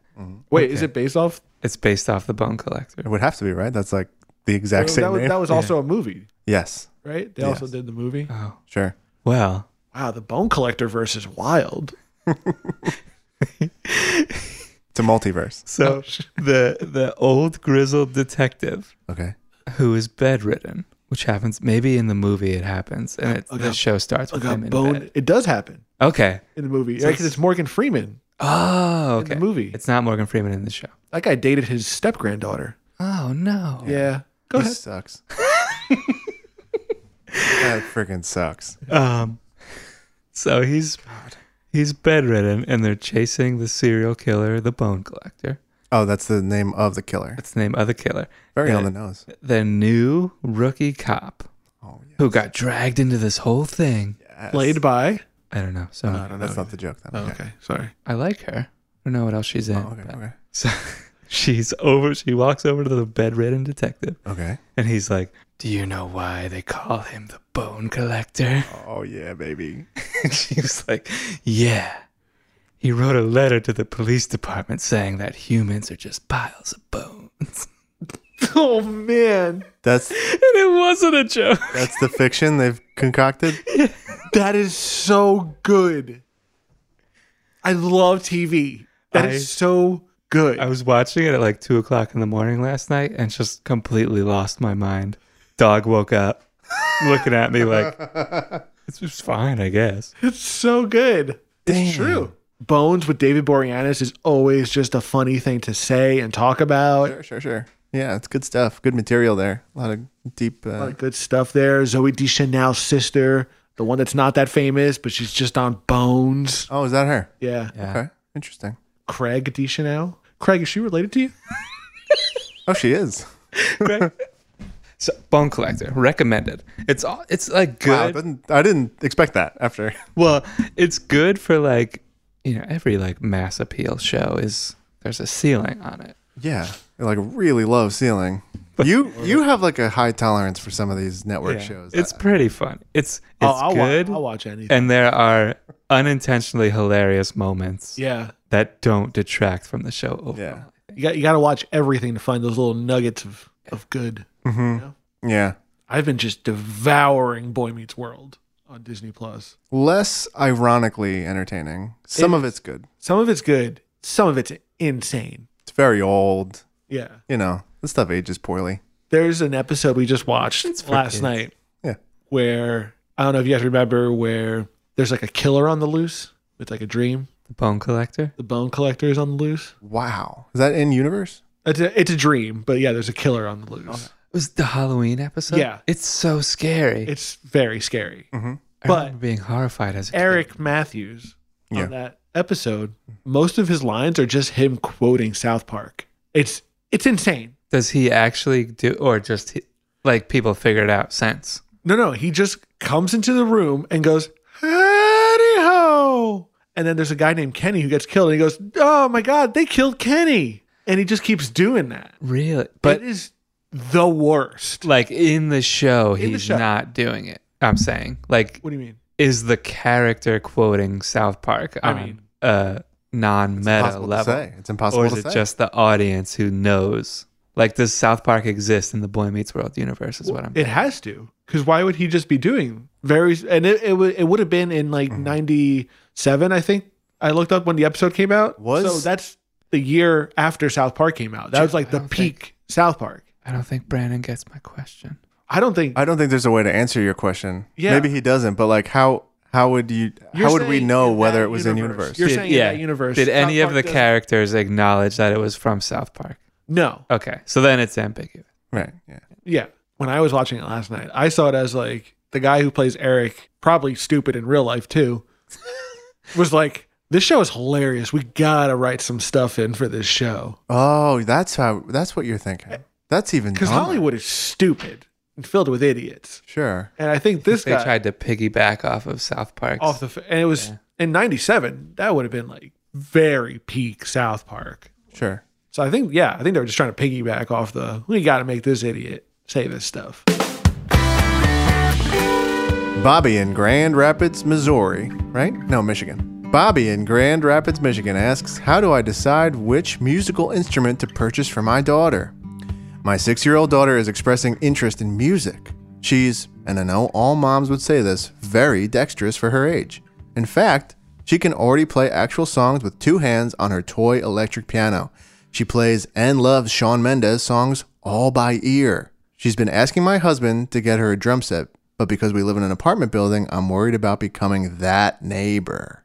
B: Wait, is it based off?
E: it's based off The Bone Collector.
C: It would have to be right. That's like the
B: That
C: exact
B: was,
C: same name.
B: that was also a movie,
C: yes.
B: right? They also
C: Yes.
B: did the movie.
E: Oh,
C: Sure.
E: well,
B: Wow, the Bone Collector versus Wild.
C: It's a multiverse.
B: oh,
E: so the the old grizzled detective
C: Okay.
E: who is bedridden, which happens maybe in the movie it happens, and it, the
B: got-
E: show starts with
B: Like a
E: him in
B: bone.
E: bed.
B: It does happen
E: Okay.
B: in the movie because it's Morgan Freeman.
E: Oh,
B: In
E: okay.
B: the movie.
E: It's not Morgan Freeman in the show.
B: That guy dated his step granddaughter.
E: Oh no.
B: Yeah. Go
C: he
B: ahead.
C: sucks. that freaking sucks.
E: Um, so he's he's bedridden, and they're chasing the serial killer, the Bone Collector.
C: Oh, that's the name of the killer.
E: That's the name of the killer.
C: Very
E: Yeah.
C: on the nose.
E: The new rookie cop
C: Oh, yeah.
E: who got dragged into this whole thing.
B: Played by.
E: I don't know. So
B: Uh-huh.
C: That's not the joke then.
B: Oh,
C: Okay. Oh,
B: okay. Sorry.
E: I like her. I don't know what else she's in.
B: Oh,
C: Okay.
E: but-
C: Okay.
E: So she's over. She walks over to the bedridden detective,
C: Okay.
E: and he's like, "Do you know why they call him the Bone Collector?"
C: Oh yeah, baby.
E: And she was like, Yeah. He wrote a letter to the police department saying that humans are just piles of bones.
B: Oh man.
C: That's
E: And it wasn't a joke.
C: that's the fiction they've concocted.
B: That is so good. I love TV. That is
E: I-
B: so good.
E: I was watching it at like two o'clock in the morning last night and just completely lost my mind. Dog woke up looking at me like, It's just fine, I guess.
B: it's so good. It's true. Bones with David Boreanaz is always just a funny thing to say and talk about.
C: Sure, sure, sure. Yeah, it's good stuff. Good material there. A lot of deep.
B: A lot
C: Uh,
B: of good stuff there. Zoe Deschanel's sister, the one that's not that famous, but she's just on Bones.
C: oh, is that her?
B: Yeah.
E: Yeah.
C: Okay, interesting.
B: Craig Deschanel. Craig, is she related to you?
C: Oh, she is.
E: So, Bone Collector, recommended. It's all, it's like good.
C: Wow, didn't, I didn't expect that after.
E: Well, it's good for like, you know, every like mass appeal show is there's a ceiling on it.
C: Yeah, like a really low ceiling. You you have like a high tolerance for some of these network
E: Yeah.
C: shows.
E: It's pretty fun. It's it's
B: Oh, I'll, wa-
E: good,
B: I'll watch anything.
E: and there are unintentionally hilarious moments
B: yeah.
E: that don't detract from the show overall.
C: Yeah.
B: You got you got to watch everything to find those little nuggets of of good.
C: yeah,
B: I've been just devouring Boy Meets World on Disney Plus.
C: less ironically entertaining. Some of it's good.
B: Some of it's good, some of it's insane.
C: It's very old.
B: Yeah.
C: You know, this stuff ages poorly.
B: There's an episode we just watched last
E: kids.
B: night
C: Yeah.
B: where I don't know if you guys remember where there's like a killer on the loose with like a dream.
E: The bone collector.
B: The bone collector is on the loose.
C: Wow. Is that in universe?
B: It's a, it's a dream, but yeah, there's a killer on the loose.
E: It was the Halloween episode.
B: Yeah.
E: It's so scary.
B: It's very scary.
C: Mm-hmm.
E: I
B: but-
E: remember being horrified as a kid.
B: Eric Matthews
C: Yeah.
B: on that episode, most of his lines are just him quoting South Park. It's it's insane.
E: Does he actually do, or just he- like people figure it out since?
B: No, no, he just comes into the room and goes, "Howdy ho!" And then there's a guy named Kenny who gets killed, and he goes, "Oh my God, they killed Kenny!" And he just keeps doing that.
E: Really? But
B: it is the worst.
E: like in the show,
B: In the
E: he's
B: show.
E: not doing it. I'm saying, like,
B: What do you mean?
E: is the character quoting South Park
B: I
E: on
B: mean-
E: a non-meta
C: Impossible to
E: level,
C: say. It's impossible
E: or is
C: to
E: it
C: say.
E: just the audience who knows? Like, does South Park exist in the Boy Meets World universe? Is what I'm.
B: It has to, because why would he just be doing very? And it it, would it would have been in
E: Mm-hmm.
B: like '97, I think. I looked up when the episode came out.
C: Was-
B: so that's the year after South Park came out. That was like
E: I
B: the
E: don't
B: peak South Park.
E: I don't think Brandon gets my question.
B: I don't think
C: I don't think there's a way to answer your question.
B: Yeah.
C: Maybe he doesn't, but like how how would you
B: You're
C: how would we
B: saying
C: know
B: in
C: whether
B: that
C: it was in universe?
B: You're
E: Did-
B: saying in that universe,
E: Did
B: South
E: any of
B: Park
E: the
B: doesn't-
E: characters acknowledge that it was from South Park?
B: No.
E: Okay, so then it's ambiguous.
C: Right. Yeah.
B: Yeah. When I was watching it last night, I saw it as like the guy who plays Eric, probably stupid in real life too, was like, "This show is hilarious. We gotta write some stuff in for this show
C: Oh, that's how that's what you're thinking. That's even
B: because
C: dumber.
B: Hollywood is stupid and filled with idiots."
C: Sure.
B: And I think this
E: they
B: guy
E: tried to piggyback off of South Park.
B: off the f- and it was in '97. That would have been like very peak South Park.
C: Sure.
B: So I think yeah, I think they were just trying to piggyback off the we gotta make this idiot say this stuff.
C: Bobby in Grand Rapids, Missouri, right? No, Michigan. Bobby in Grand Rapids, Michigan asks, How do I decide which musical instrument to purchase for my daughter? My six year old daughter is expressing interest in music. She's, and I know all moms would say this, very dexterous for her age. In fact, she can already play actual songs with two hands on her toy electric piano. She plays and loves Sean Mendez songs all by ear. She's been asking my husband to get her a drum set, but because we live in an apartment building, I'm worried about becoming that neighbor.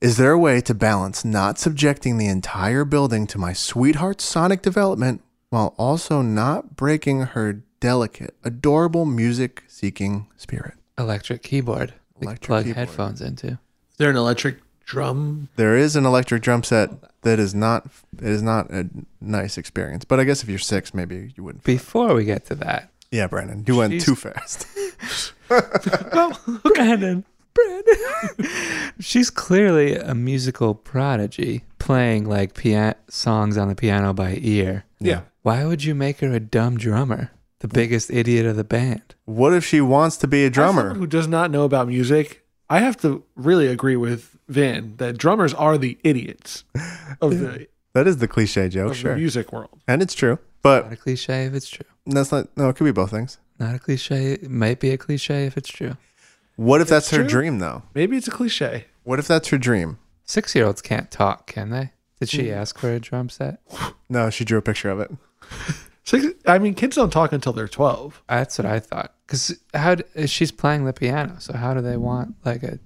C: Is there a way to balance not subjecting the entire building to my sweetheart's sonic development while also not breaking her delicate, adorable music seeking spirit?
E: electric keyboard. that you
C: Electric
E: plug
C: keyboard.
E: headphones into.
B: Is there an electric drum?
C: There is an electric drum set that is not it is not a nice experience, but I guess if you're six, maybe you wouldn't.
E: Before we get to that,
C: Yeah, Brandon, you went
E: She's-
C: too fast.
E: Brandon, Brandon, she's clearly a musical prodigy, playing like pia- songs on the piano by ear.
B: Yeah.
E: Why would you make her a dumb drummer, the biggest idiot of the band?
C: What if she wants to be a
B: As someone
C: drummer?
B: who does not know about music, I have to really agree with Vin that drummers are the idiots of the,
C: That is the cliche joke,
B: of the
C: Oh, sure,
B: music world.
C: and it's true. But
E: Not a cliche if it's true.
C: that's not no. It could be both things.
E: Not a cliche. It might be a cliche if it's true.
C: What if that's her
B: true.
C: dream though?
B: Maybe it's a cliche.
C: What if that's her dream?
E: Six year olds can't talk, can they? Did she ask for a drum set?
C: No, she drew a picture of it.
B: Six, I mean, kids don't talk until they're 12.
E: That's what I thought. Because how d- she's playing the piano, so how do they want like a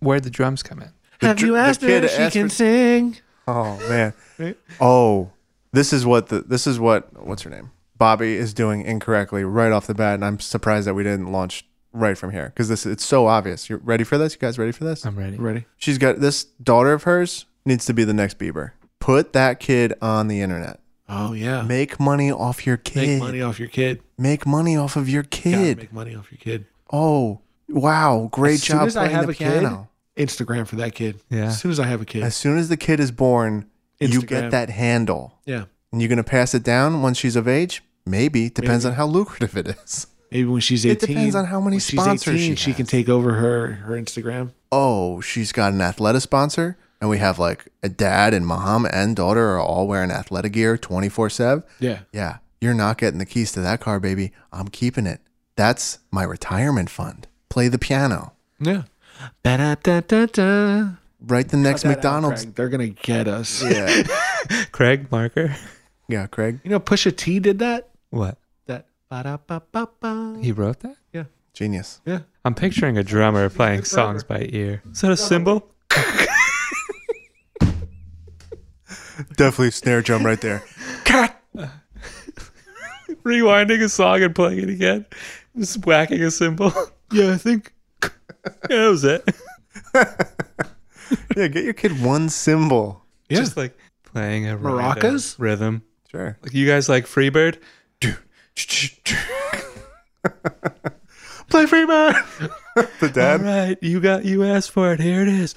E: where would the drums come in?
C: The
B: have
C: dr-
B: you
C: the
B: asked her
C: kid
B: if she
C: asked
B: can
C: for-
B: sing?
C: Oh man. Oh, this is what the this is what what's her name? Bobby is doing incorrectly right off the bat, and I'm surprised that we didn't launch right from here because this it's so obvious. You're ready for this? You guys ready for this?
B: Oh.
E: I'm ready.
B: Ready?
C: She's got this daughter of hers needs to be the next Bieber. Put that kid on the internet.
B: Oh, yeah. Make,
C: Make money off your kid.
B: money off your kid.
C: Make money off of your
B: Gotta
C: kid.
B: make money off your kid.
C: oh, wow! Great
B: As soon
C: job
B: as I
C: playing
B: have
C: the
B: a kid,
C: piano.
B: Instagram for that kid.
E: Yeah.
B: As soon as I have a kid.
C: As soon as the kid is born, you
B: Instagram.
C: get that handle.
B: yeah.
C: And you're going to pass it down once she's of age? Maybe. Depends
B: Maybe.
C: on how lucrative it is.
B: Maybe when she's 18.
C: It depends on how many
B: when she's
C: sponsors she
B: she can
C: has.
B: take over her, her Instagram.
C: Oh, she's got an athletic sponsor. And we have like a dad and mom and daughter are all wearing athletic gear 24 7.
B: Yeah.
C: Yeah, you're not getting the keys to that car, baby. I'm keeping it. That's my retirement fund. Play the piano.
B: Yeah. Ba-da-da-da-da.
C: Write the next
B: Cut that out,
C: McDonald's.
B: Craig. They're gonna get us.
C: Yeah.
E: Craig Marker.
C: yeah, Craig.
B: You know, Pusha T did that.
E: What?
B: That. ba-da-ba-ba-ba.
E: He wrote that?
B: Yeah.
C: Genius.
B: Yeah.
E: I'm picturing a drummer playing songs by ear. Is that a cymbal?
C: Definitely a snare drum right there.
E: Rewinding a song and playing it again. Just whacking a cymbal.
B: Yeah, I think
E: yeah, that was it.
C: Yeah, get your kid one cymbal.
B: Yeah.
E: Just like playing a random
B: Maracas?
E: rhythm.
C: Sure.
E: Like you guys like Freebird?
B: play Freebird.
C: The
E: All
B: Um,
C: dad.
E: right, you got you asked for it. Here it is.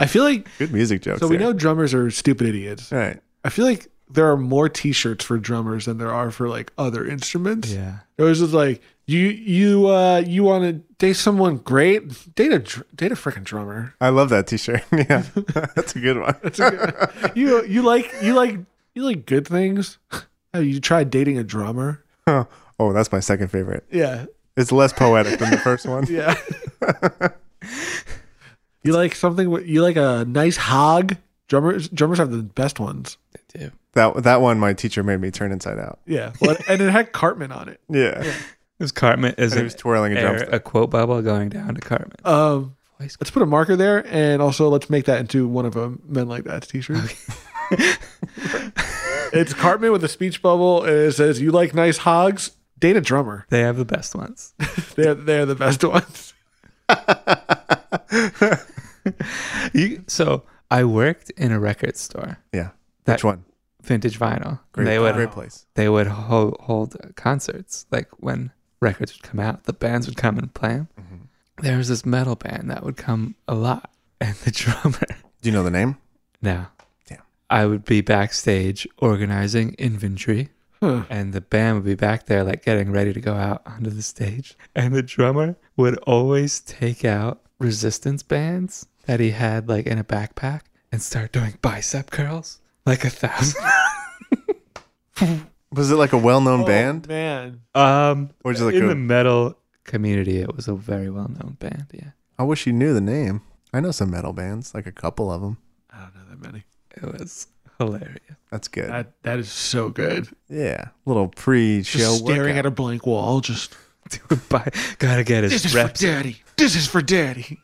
B: I feel like
C: Good music jokes.
B: so we
C: there.
B: know drummers are stupid idiots.
C: All right.
B: I feel like there are more T-shirts for drummers than there are for like other instruments.
E: Yeah.
B: It was just like you you uh you want to date someone great, date a dr- date a freaking drummer.
C: I love that T-shirt. yeah, that's a good one.
B: You you like you like you like good things. Oh, you tried dating a drummer?
C: oh, that's my second favorite.
B: Yeah,
C: It's less poetic than the first one.
B: yeah. you like something? with- You like a nice hog? Drummers drummers have the best ones.
E: Dude.
C: That that one, my teacher made me turn inside out.
B: Yeah, well, and it had Cartman on it.
C: Yeah,
E: This Cartman
C: and
E: is
C: he
E: an
C: was twirling a
E: air,
C: drumstick.
E: a quote bubble going down to Cartman.
B: Um,
E: Voice-
B: let's put a marker there, and also let's make that into one of a men like that T-shirt. it's Cartman with a speech bubble, and it says, "You like nice hogs? Date a drummer.
E: They have the best ones.
B: They're they're the best ones."
E: You, so I worked in a record store,
C: Yeah,
E: That-
C: which one?
E: vintage vinyl.
C: Great,
E: and they would
C: great place.
E: they would hold, hold concerts like when records would come out the bands would come and play them there was this metal band that would come a lot and the drummer
C: Do you know the name?
E: now
C: Damn.
E: i would be backstage organizing inventory
B: Huh.
E: and the band would be back there like getting ready to go out onto the stage and the drummer would always take out resistance bands that he had like in a backpack and start doing bicep curls like a thousand
C: Was it like a well-known
B: Oh,
C: band,
B: man.
E: um
C: or just like
E: in
C: a? I
E: the metal community, it was a very well known band. Yeah,
C: wish you knew the name. I know some metal bands, like a couple of them.
B: I don't know that many.
E: it was hilarious.
C: That's good.
B: That that is so good.
C: yeah, little pre-show.
B: Just staring
C: workout.
B: at a blank wall. Just
E: Dude, bye. gotta get his reps.
B: daddy. This is for daddy.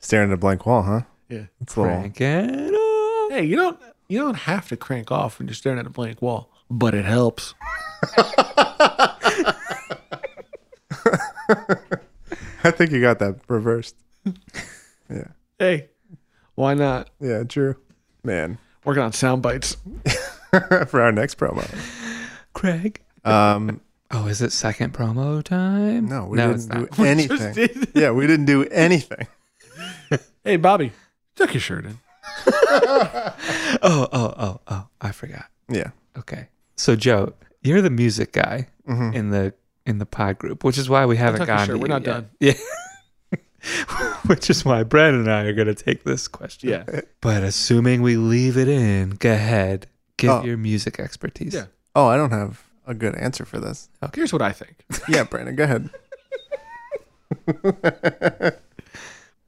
C: staring at a blank wall, huh?
B: Yeah.
C: It's a little.
E: Crank it up.
B: Hey, you don't you don't have to crank off when you're staring at a blank wall, but it helps.
C: I think you got that reversed. yeah,
B: Hey, why not?
C: yeah, true. Man,
B: Working on sound bites.
C: for our next promo.
E: Craig.
C: Um,
E: Oh, is it second promo time?
C: no, we
E: no, it's
C: didn't do
E: not.
C: anything. yeah, we didn't do anything.
B: Hey, Bobby, tuck your shirt in.
E: Oh, oh, oh, oh! I forgot.
C: Yeah.
E: Okay, so Joe, you're the music guy
C: Mhm.
E: in the in the pod group, which is why we haven't
B: talking
E: gone.
B: sure,
E: to
B: we're
E: you
B: not
E: yet.
B: done.
E: Yeah. Which is why Brandon and I are going to take this question.
B: Yeah.
E: But assuming we leave it in, go ahead. Give
C: Oh.
E: your music expertise.
B: Yeah.
C: Oh, I don't have a good answer for this.
B: Here's what I think.
C: Yeah, Brandon, go ahead.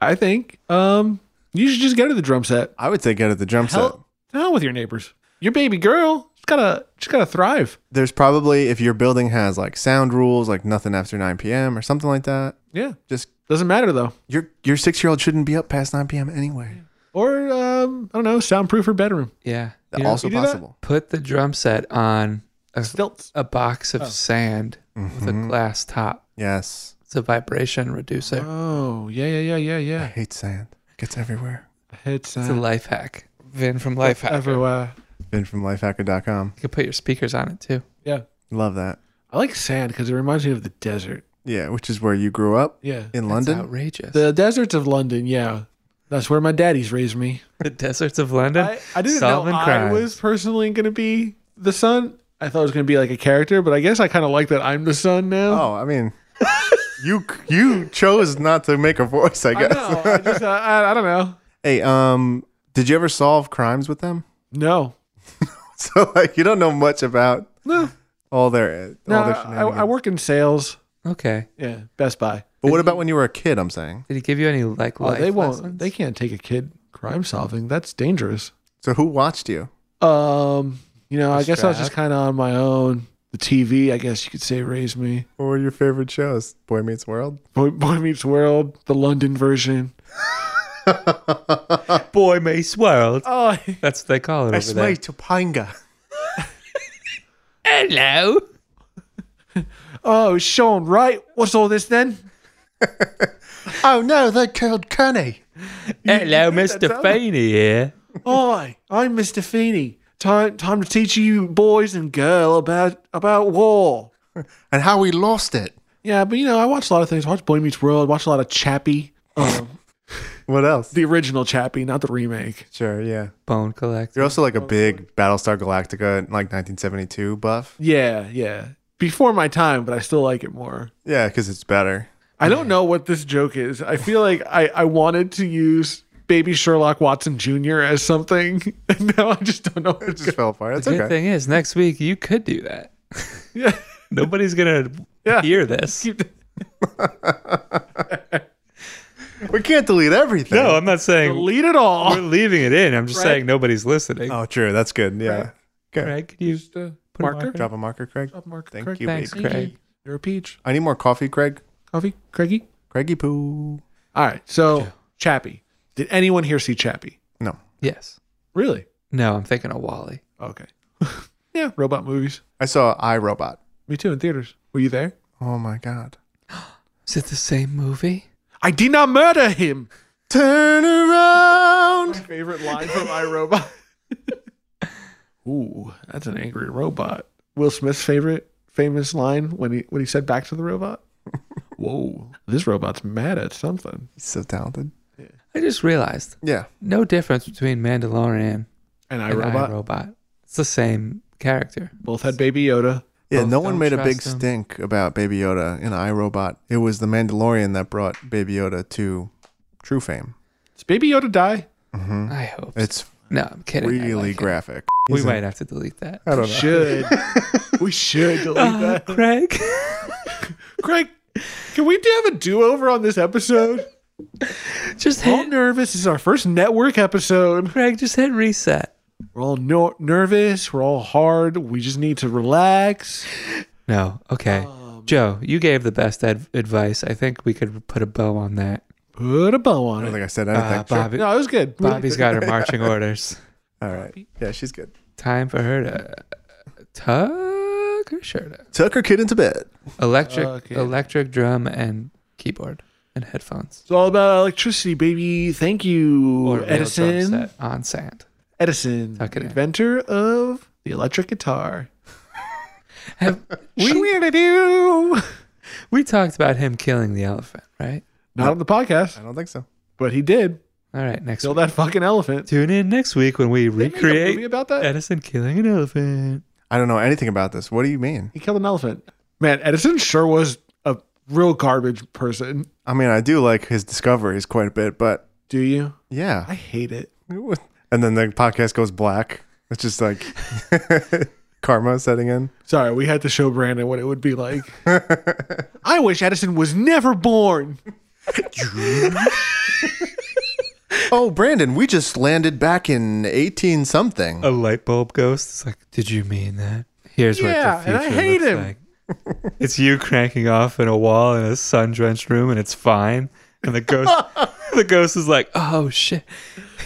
B: I think um you should just go to the drum set.
C: I would say go to the drum set.
B: Hell, to hell with your neighbors. Your baby girl, she's gotta she's gotta thrive.
C: There's probably if your building has like sound rules, like nothing after 9 p.m. or something like that.
B: Yeah.
C: Just
B: Doesn't matter though.
C: your your six year old shouldn't be up past 9 p.m. anyway.
B: Or um, I don't know, soundproof her bedroom.
E: Yeah.
C: That
E: You know,
C: also
B: you do that?
C: possible.
E: put the drum set on a,
B: Stilts.
E: a box
B: Oh.
E: of sand with a glass top.
C: Yes.
E: It's a vibration reducer.
B: Oh, yeah, yeah, yeah, yeah,
C: I
B: yeah.
C: hate sand. Gets everywhere.
B: It's
E: It's a
B: uh,
E: life hack. Vin from Life Hack. You
B: everywhere.
C: Been from lifehacker.com.
E: can put your speakers on it too.
B: Yeah.
C: Love that.
B: I like sand because it reminds me of the desert.
C: Yeah, which is where you grew up
B: Yeah.
C: in
E: It's
C: London.
E: outrageous. The,
B: The deserts of London, yeah. That's where my daddy's raised me.
E: deserts of London.
B: I, I didn't
E: Solving
B: know I
E: crimes.
B: was personally going to be the son. I thought it was going to be like a character, but I guess I kind of like that I'm the son now.
C: Oh, I mean, you you chose not to make a voice, I
B: Oh, I
C: guess.
B: know. I, just, I, I don't know.
C: Hey, um, did you ever solve crimes with them?
B: No.
C: So like, you don't know much about
B: No.
C: all their
B: No,
C: all their
B: I,
C: shenanigans.
B: I work in sales.
E: Okay.
B: Yeah, Best Buy.
C: but what about when you were a kid? I'm saying.
E: Did he give you any like
B: Oh,
E: life
B: they won't.
E: lessons?
B: They can't take a kid crime solving. That's dangerous.
C: So who watched you?
B: Um, you know, I guess I was just
E: Strap.
B: kind of on my own. the TV, I guess you could say, raised me.
C: What were your favorite shows? Boy Meets World?
B: Boy, Boy Meets World, the London version.
E: Boy Meets World.
B: Oh,
E: That's what they call it over there.
C: Topanga.
E: Hello.
B: oh, Sean, right? What's all this then?
C: Oh no, they're called Kenny.
E: Hello,
B: that
E: Mr.
B: sound?
E: Feeney here.
B: Hi, I'm Mr. Feeney. Time, time to teach you boys and girl about about war.
C: And how we lost it.
B: Yeah, but you know, I watch a lot of things. I watch Boy Meets World. Watch a lot of Chappie, um,
C: What else?
B: the original Chappie, not the remake.
C: Sure, yeah.
E: Bone collector.
C: You're also like a big Battlestar Galactica, like 1972 buff.
B: Yeah, yeah. Before my time, but I still like it more.
C: Yeah, because it's better.
B: I don't know what this joke is. I feel like I, I wanted to use baby Sherlock Watson Jr. as something. And now I just don't know.
C: It just fell apart. It's
E: Good
C: okay.
E: thing is, next week you could do that.
B: Yeah.
E: Nobody's gonna
B: Yeah.
E: hear this.
C: We can't delete everything.
E: No, I'm not saying
B: Delete it
E: we're
B: all.
E: leaving it in. I'm just
B: Right.
E: saying nobody's listening.
C: Oh, true. That's good. Yeah. Okay.
E: Craig, could you
B: Just, uh,
E: put a marker?
C: Drop a marker, Craig.
B: Mark,
C: Thank
B: Craig.
C: you,
E: Thanks,
C: baby.
E: Craig.
B: You're a peach.
C: I need more coffee, Craig.
B: Coffee? Craigie?
C: Craigie poo.
B: All right. So, Chappie. Did anyone here see Chappie?
C: No.
E: Yes.
B: Really?
E: No, I'm thinking of Wally.
B: Okay. yeah, robot movies.
C: I saw iRobot.
B: Me too in theaters. Were you there?
C: Oh my god.
E: Is it the same movie?
B: I did not murder him.
C: Turn around.
B: Favorite line from iRobot. Ooh, that's an angry robot. Will Smith's favorite famous line when he when he said back to the robot. Whoa, this robot's mad at something.
C: He's so talented.
E: I just realized
C: Yeah.
E: no difference between
B: And
E: Mandalorian and
B: iRobot
E: iRobot. It's the same character.
B: both had Baby Yoda.
C: Yeah,
E: Both
C: no one
E: don't
C: made a big
E: trust him.
C: stink about Baby Yoda in iRobot. It was the Mandalorian that brought Baby Yoda to true fame.
B: Does Baby Yoda die?
E: I hope. so.
C: It's
E: no, I'm kidding. I
C: really
E: like it.
C: graphic.
E: We
C: He's a-
E: might have to delete that.
C: I don't know.
B: Should we should delete
E: Uh,
B: that?
E: Craig.
B: Craig, can we have a do over on this episode?
E: just
B: We're all
E: hit
B: nervous. This is our first network episode.
E: Craig, just hit reset.
B: We're all no- nervous. We're all hard. We just need to relax.
E: No. Okay. Joe, you gave the best ad- advice. I think we could put a bow on that.
B: Put a bow on
C: I don't
B: it.
C: think I said
E: Uh,
C: anything. Sure.
E: Bobby,
B: No, it was good.
E: Bobby's got her marching orders.
C: All right. Yeah, she's good.
E: Time for her to tuck her shirt up.
C: Tuck her kid into bed.
E: Electric,
B: Okay.
E: electric drum and keyboard and headphones.
B: It's all about electricity, baby. Thank you,
E: Or a real drum
B: Edison.
E: set on sand.
B: Edison,
E: Tuck it in.
B: inventor of the electric guitar.
E: Have we,
B: Weirdo.
E: we talked about him killing the elephant, right?
B: Not on the podcast,
C: I don't think so.
B: but he did
E: All right, next
B: kill
E: week.
B: that fucking elephant.
E: Tune in next week when we
B: Did they make a movie
E: recreate
B: about that.
E: Edison killing an elephant.
C: I don't know anything about this. What do you mean?
B: He killed an elephant. Man, Edison sure was a real garbage person.
C: I mean, I do like his discoveries quite a bit, but
B: Do you? I
C: yeah.
B: hate it.
C: And then the podcast goes black. It's just like karma setting in.
B: Sorry, we had to show Brandon what it would be like. I wish Edison was never born.
C: Oh, Brandon, we just landed back in 18 something.
E: A light bulb ghost. It's like, did you mean that? Here's
B: Yeah,
E: what the
B: and I
E: future
B: hate
E: looks
B: him.
E: like. it's you cranking off in a wall in a sun-drenched room, and it's fine. And the ghost, the ghost is like, oh shit,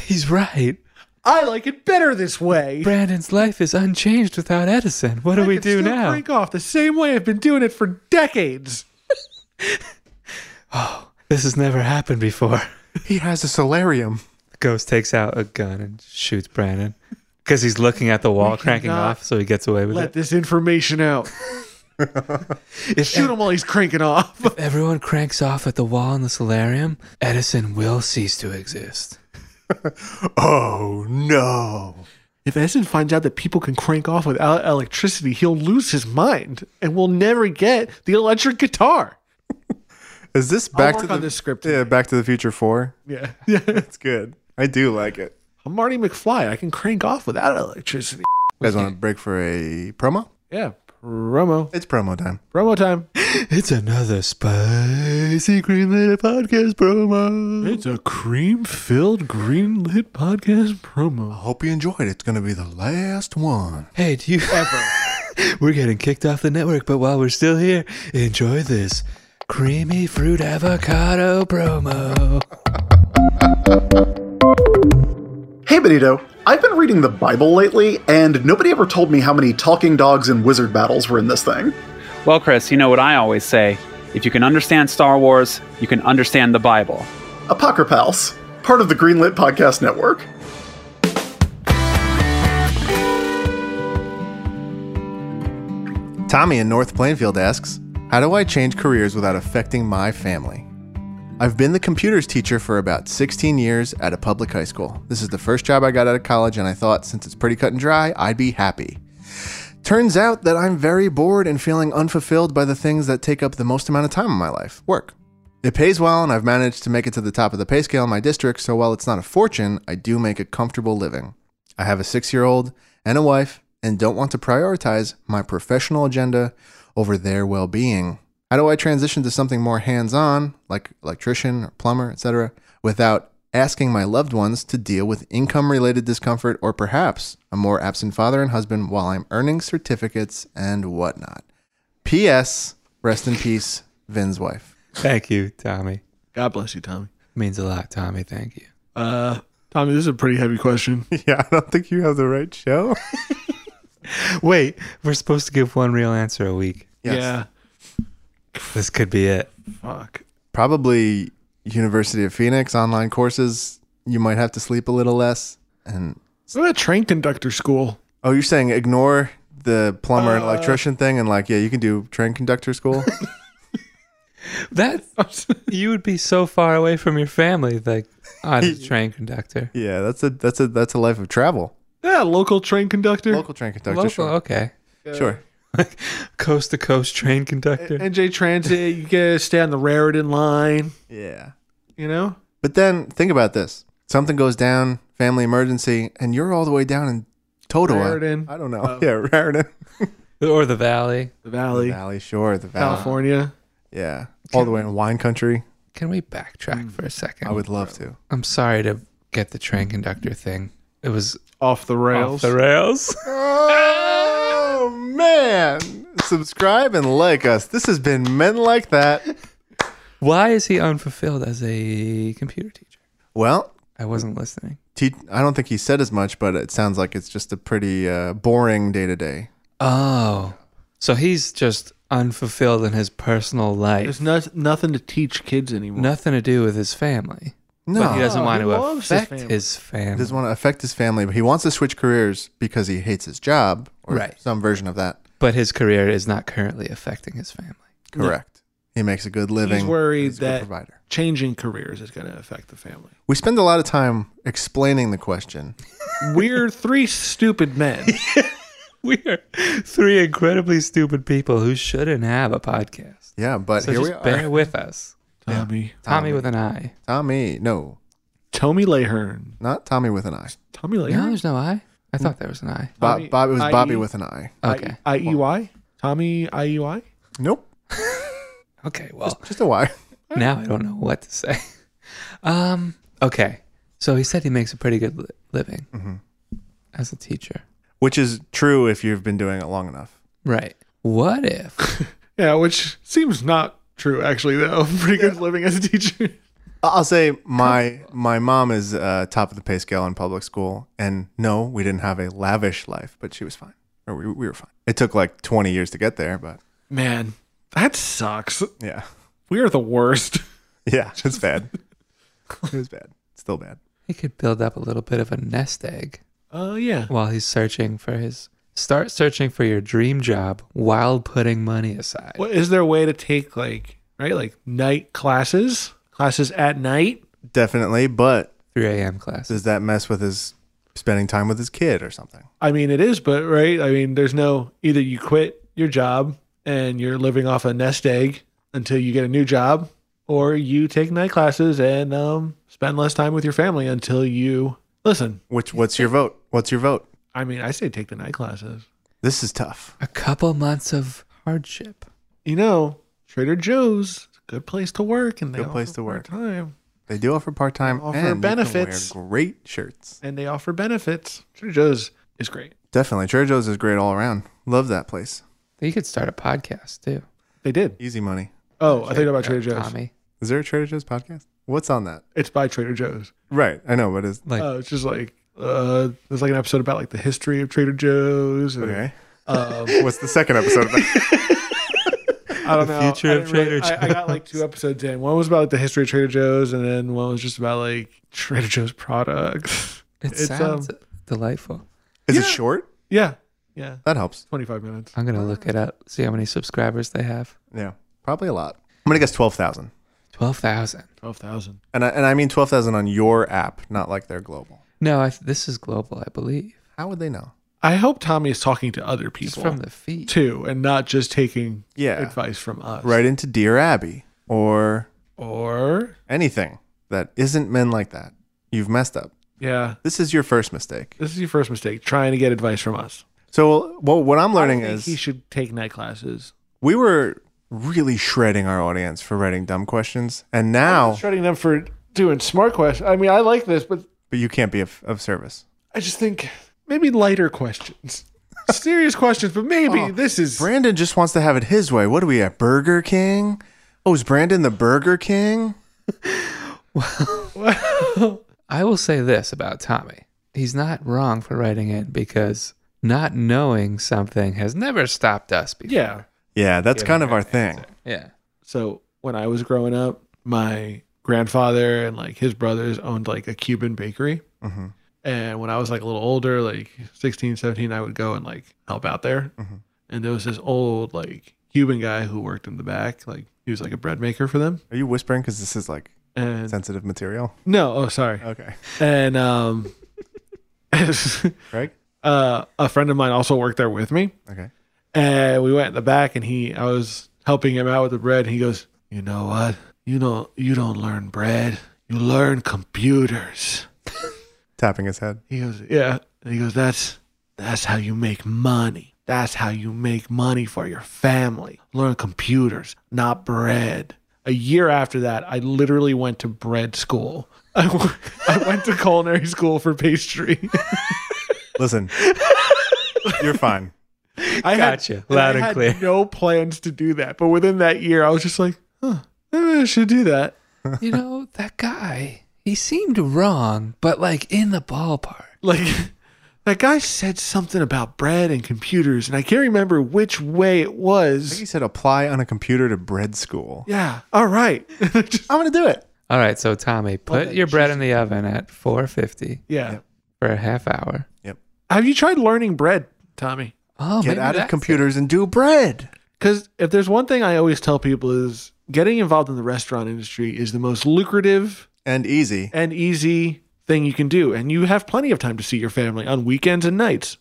E: he's right.
B: I like it better this way.
E: Brandon's life is unchanged without Edison. What do
B: I
E: we
B: can
E: do
B: still
E: now?
B: Crank off the same way I've been doing it for decades.
E: This has never happened before.
C: He has a solarium.
E: The ghost takes out a gun and shoots Brandon because he's looking at the wall, cranking
B: cannot
E: off, so he gets away with
B: Let
E: it.
B: this information out.
E: If
B: Shoot him while he's cranking off.
E: everyone cranks off at the wall in the solarium, Edison will cease to exist.
C: Oh, no.
B: If Edison finds out that people can crank off without electricity, he'll lose his mind and we'll never get the electric guitar.
C: Is this back
B: work
C: to the
B: on this script
C: Yeah, Back to the Future 4.
B: Yeah. yeah.
C: It's good. I do like it.
B: I'm Marty McFly. I can crank off without electricity.
C: You guys want to break for a promo?
B: Yeah. Promo.
C: It's promo time.
B: Promo time.
E: It's another spicy green letter podcast promo.
B: It's a cream filled green lit podcast promo.
C: Hope you enjoyed. It's going to be the last one.
E: Hey, do you
B: Ever.
E: We're getting kicked off the network, but while we're still here, enjoy this creamy fruit avocado promo.
F: Hey, Benito. I've been reading the Bible lately, and nobody ever told me how many talking dogs and wizard battles were in this thing.
G: Well, Chris, you know what I always say. If you can understand Star Wars, you can understand the Bible.
F: Apocrypals, part of the Greenlit Podcast Network.
C: Tommy in North Plainfield asks, How do I change careers without affecting my family? I've been the computers teacher for about 16 years at a public high school. This is the first job I got out of college, and I thought since it's pretty cut and dry, I'd be happy. Turns out that I'm very bored and feeling unfulfilled by the things that take up the most amount of time in my life work. It pays well, and I've managed to make it to the top of the pay scale in my district, so while it's not a fortune, I do make a comfortable living. I have a six year old and a wife, and don't want to prioritize my professional agenda over their well being. How do I transition to something more hands on, like electrician or plumber, etc., without asking my loved ones to deal with income related discomfort or perhaps a more absent father and husband while I'm earning certificates and whatnot? P.S. Rest in peace, Vin's wife.
E: Thank you, Tommy.
B: God bless you, Tommy.
E: Means a lot, Tommy. Thank you.
B: Uh, Tommy, this is a pretty heavy question.
C: Yeah, I don't think you have the right show.
E: Wait, we're supposed to give one real answer a week.
C: Yes.
B: Yeah.
E: This could be it.
B: Fuck.
C: Probably University of Phoenix online courses. You might have to sleep a little less. And
B: What about train conductor school?
C: oh, you're saying ignore the plumber
B: Uh,
C: and electrician thing, and like, yeah, you can do train conductor school.
E: That you would be so far away from your family, like on a train conductor.
C: yeah, that's a that's a that's a life of travel.
B: Yeah, local train conductor.
C: Local train conductor,
E: Local,
C: sure.
E: okay.
C: sure.
E: Coast to coast train conductor.
B: NJ Transit, you gotta stay on the Raritan line,
C: Yeah.
B: you know?
C: But then think about this: something goes down, family emergency, and you're all the way down in Totowa.
B: Raritan.
C: I don't know. yeah, Raritan.
E: or the valley.
B: The Valley,
C: Valley Shore, the Valley.
B: California.
C: Yeah, all the way in wine country.
E: Can we backtrack for a second?
C: I would love to.
E: I'm sorry to get the train conductor thing. It was
B: Off the rails.
E: off the rails.
C: Oh man! Subscribe and like us. This has been Men Like That.
E: Why is he unfulfilled as a computer teacher?
C: Well,
E: I wasn't listening.
C: te- I don't think he said as much, but it sounds like it's just a pretty uh, boring day to day.
E: Oh, so he's just unfulfilled in his personal life.
B: There's no, nothing to teach kids anymore.
E: Nothing to do with his family.
C: No,
E: But he doesn't
B: No,
E: want
B: he
E: to
B: loves his
E: affect
B: family.
E: his family.
C: He doesn't want to affect his family, but he wants to switch careers because he hates his job or
E: Right.
C: some version of that.
E: But his career is not currently affecting his family.
C: Correct. He makes a good living.
B: He's worried
C: He's a good
B: that
C: provider.
B: changing careers is gonna affect the family.
C: We spend a lot of time explaining the question.
B: We're three stupid men.
E: We are three incredibly stupid people who shouldn't have a podcast.
C: Yeah, but
E: So
C: Uh, here
E: just
C: we are.
E: bear with us.
B: Tommy.
E: Tommy, with an I.
C: Tommy, no,
B: Tommy Lahern.
C: not Tommy with an I.
B: Tommy
E: No,
B: Lahern?
E: there's no I. I thought there was an I. E.
C: Bob,
B: Tommy,
C: Bob, it was
B: I-
C: Bobby with an I.
E: Okay.
B: I E Y? Tommy I E Y?
C: Nope,
E: Okay. Well,
C: just a Y.
E: now I don't know what to say. Um. Okay. So he said he makes a pretty good li- living
C: Mm-hmm.
E: as a teacher.
C: Which is true if you've been doing it long enough.
E: Right. What if?
B: Yeah, which seems not true actually though. Pretty good living as a teacher.
C: I- I'll say my my mom is uh, top of the pay scale in public school, and no, we didn't have a lavish life, but she was fine, or we, we were fine. It took like twenty years to get there, but
B: Man, that sucks.
C: yeah,
B: We are the worst.
C: yeah, it's bad. it was bad. It's still bad.
E: he could build up a little bit of a nest egg
B: Oh yeah.
E: while he's searching for his. Start searching for your dream job while putting money aside.
B: What is there a way to take like right like night classes? Classes at night?
C: Definitely, but
E: 3 a.m. classes.
C: does that mess with his spending time with his kid or something?
B: I mean it is, but right? I mean there's no either you quit your job and you're living off a nest egg until you get a new job or you take night classes and um spend less time with your family until you listen.
C: Which what's your vote? What's your vote?
B: I mean, I say take the night classes.
C: This is tough.
E: A couple months of hardship.
B: You know, Trader Joe's is a good place to work and they
C: Good place
B: offer
C: to work.
B: part-time,
C: They do offer part time
B: Offer
C: and benefits.
B: benefits.
C: wear great shirts.
B: and they offer benefits. Trader Joe's is great.
C: Definitely. Trader Joe's is great all around. Love that place.
E: You could start a podcast too. Uh,
B: They did.
C: Easy money.
B: Oh, I think about Trader Joe's.
E: Tommy.
C: Is there a Trader Joe's podcast? What's on that?
B: It's by Trader Joe's.
C: Right. I know, but is
E: Like
B: Uh, it's just like uh, there's like an episode about like the history of Trader Joe's. and,
C: okay.
B: um,
C: What's the second episode about?
B: I don't
E: The
B: know.
E: future
B: I
E: of
B: didn't really-
E: Trader
B: I, I got like two episodes in. One was about like, the history of Trader Joe's, and then one was just about like Trader Joe's products.
E: it
B: it's, um,
E: sounds delightful.
C: Is it
B: Yeah.
C: short?
B: Yeah, yeah,
C: That helps.
B: twenty five minutes.
E: I'm gonna look it up. See how many subscribers they have.
C: Yeah. Probably a lot. I'm gonna guess twelve thousand.
E: Twelve thousand.
B: Twelve thousand.
C: And I, and I mean twelve thousand on your app, not like their global.
E: No, I, this is global, I believe.
C: How would they know?
B: I hope Tommy is talking to other
E: It's
B: people
E: from the feet.
B: too, and not just taking
C: Yeah.
B: advice from us.
C: Right into Dear Abby or
B: Or
C: anything that isn't men like that. You've messed up.
B: yeah,
C: This is your first mistake.
B: this is your first mistake trying to get advice from us.
C: So, well, what I'm learning
B: I think
C: is
B: he should take night classes.
C: we were really shredding our audience for writing dumb questions, and
E: Oh.
C: now,
B: shredding them for doing smart questions. I mean, I like this, but
C: but you can't be of, of service.
B: I just think maybe lighter questions, serious questions. But maybe this is
C: Brandon just wants to have it his way. What are we at Burger King? Oh, is Brandon the Burger King?
E: I will say this about Tommy. He's not wrong for writing it because not knowing something has never stopped us before.
B: yeah.
C: Yeah, that's kind of our thing.
E: Yeah.
B: So when I was growing up, my grandfather and like his brothers owned like a Cuban bakery.
C: Mhm.
B: And when I was like a little older, like 16, 17, I would go and like help out there. And there was this old like Cuban guy who worked in the back. Like he was like a bread maker for them.
C: Are you whispering because this is like
B: And
C: sensitive material?
B: no, oh, sorry.
C: Okay,
B: And um,
C: Greg.
B: uh, a friend of mine also worked there with me.
C: Okay.
B: And we went in the back, and he, I was helping him out with the bread. And he goes, "You know what? You don't, you don't learn bread. You learn computers."
C: Tapping his head.
B: He goes, "Yeah." And he goes, "That's, that's how you make money. That's how you make money for your family. Learn computers, not bread." A year after that, I literally went to bread school. I w- I went to culinary school for pastry.
C: Listen, you're fine.
B: I
E: Gotcha. Loud
B: I
E: and
B: had
E: clear.
B: No plans to do that, but within that year, I was just like, huh, maybe I should do that.
E: you know that guy he seemed wrong but like in the ballpark
B: Like that guy said something about bread and computers, and I can't remember which way it
C: I think he
B: was.
C: said apply on a computer to bread school.
B: Yeah. All right. Just-
C: I'm gonna do it.
E: all right so tommy put your bread in the oven at 450
B: yeah.
E: for a half hour
B: Have you tried learning bread, Tommy?
E: oh
C: Get
E: maybe
C: out of
E: that's
C: computers and do bread.
B: Because if there's one thing I always tell people is getting involved in the restaurant industry is the most lucrative
C: And easy.
B: and easy thing you can do. And you have plenty of time to see your family on weekends and nights.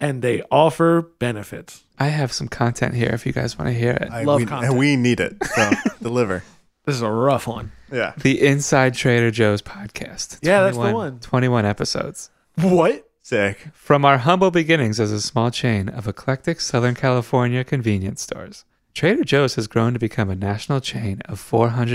B: and they offer benefits.
E: it. i have some content here if you guys want to hear it
C: I,
B: Love
C: we,
B: content.
C: And we need it. So deliver.
B: This is a rough one.
C: Yeah.
E: the inside trader joe's podcast
B: Yeah, that's the one.
E: 21 episodes
B: What?
C: Sick.
E: From our humble beginnings as a small chain of eclectic Southern California convenience stores, Trader Joe's has grown to become a national chain of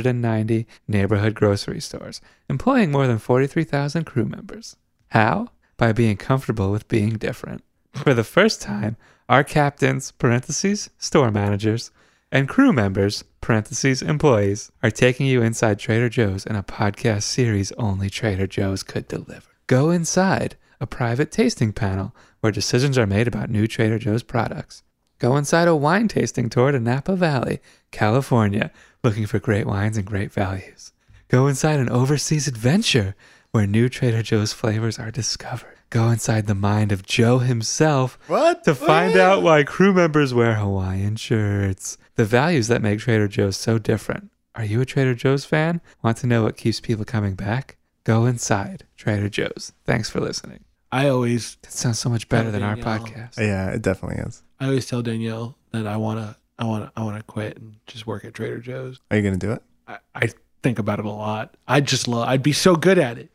E: 490 neighborhood grocery stores, employing more than 43,000 crew members. How? By being comfortable with being different. For the first time, our captains, parentheses, store managers, and crew members, parentheses, employees, are taking you inside Trader Joe's in a podcast series only Trader Joe's could deliver. Go inside a private tasting panel where decisions are made about new Trader Joe's products. Go inside a wine tasting tour to Napa Valley, California, looking for great wines and great values. Go inside an overseas adventure where new Trader Joe's flavors are discovered. Go inside the mind of Joe himself
C: What?
E: to find out why crew members wear Hawaiian shirts. The values that make Trader Joe's so different. Are you a Trader Joe's fan? Want to know what keeps people coming back? Go inside Trader Joe's. Thanks for listening.
B: I always
E: That sounds so much better than our
B: Danielle.
E: podcast.
C: Yeah, it definitely is.
B: I always tell Danielle that I wanna I wanna I wanna quit and just work at Trader Joe's.
C: Are you gonna do it?
B: I, I think about it a lot. I just love I'd be so good at it.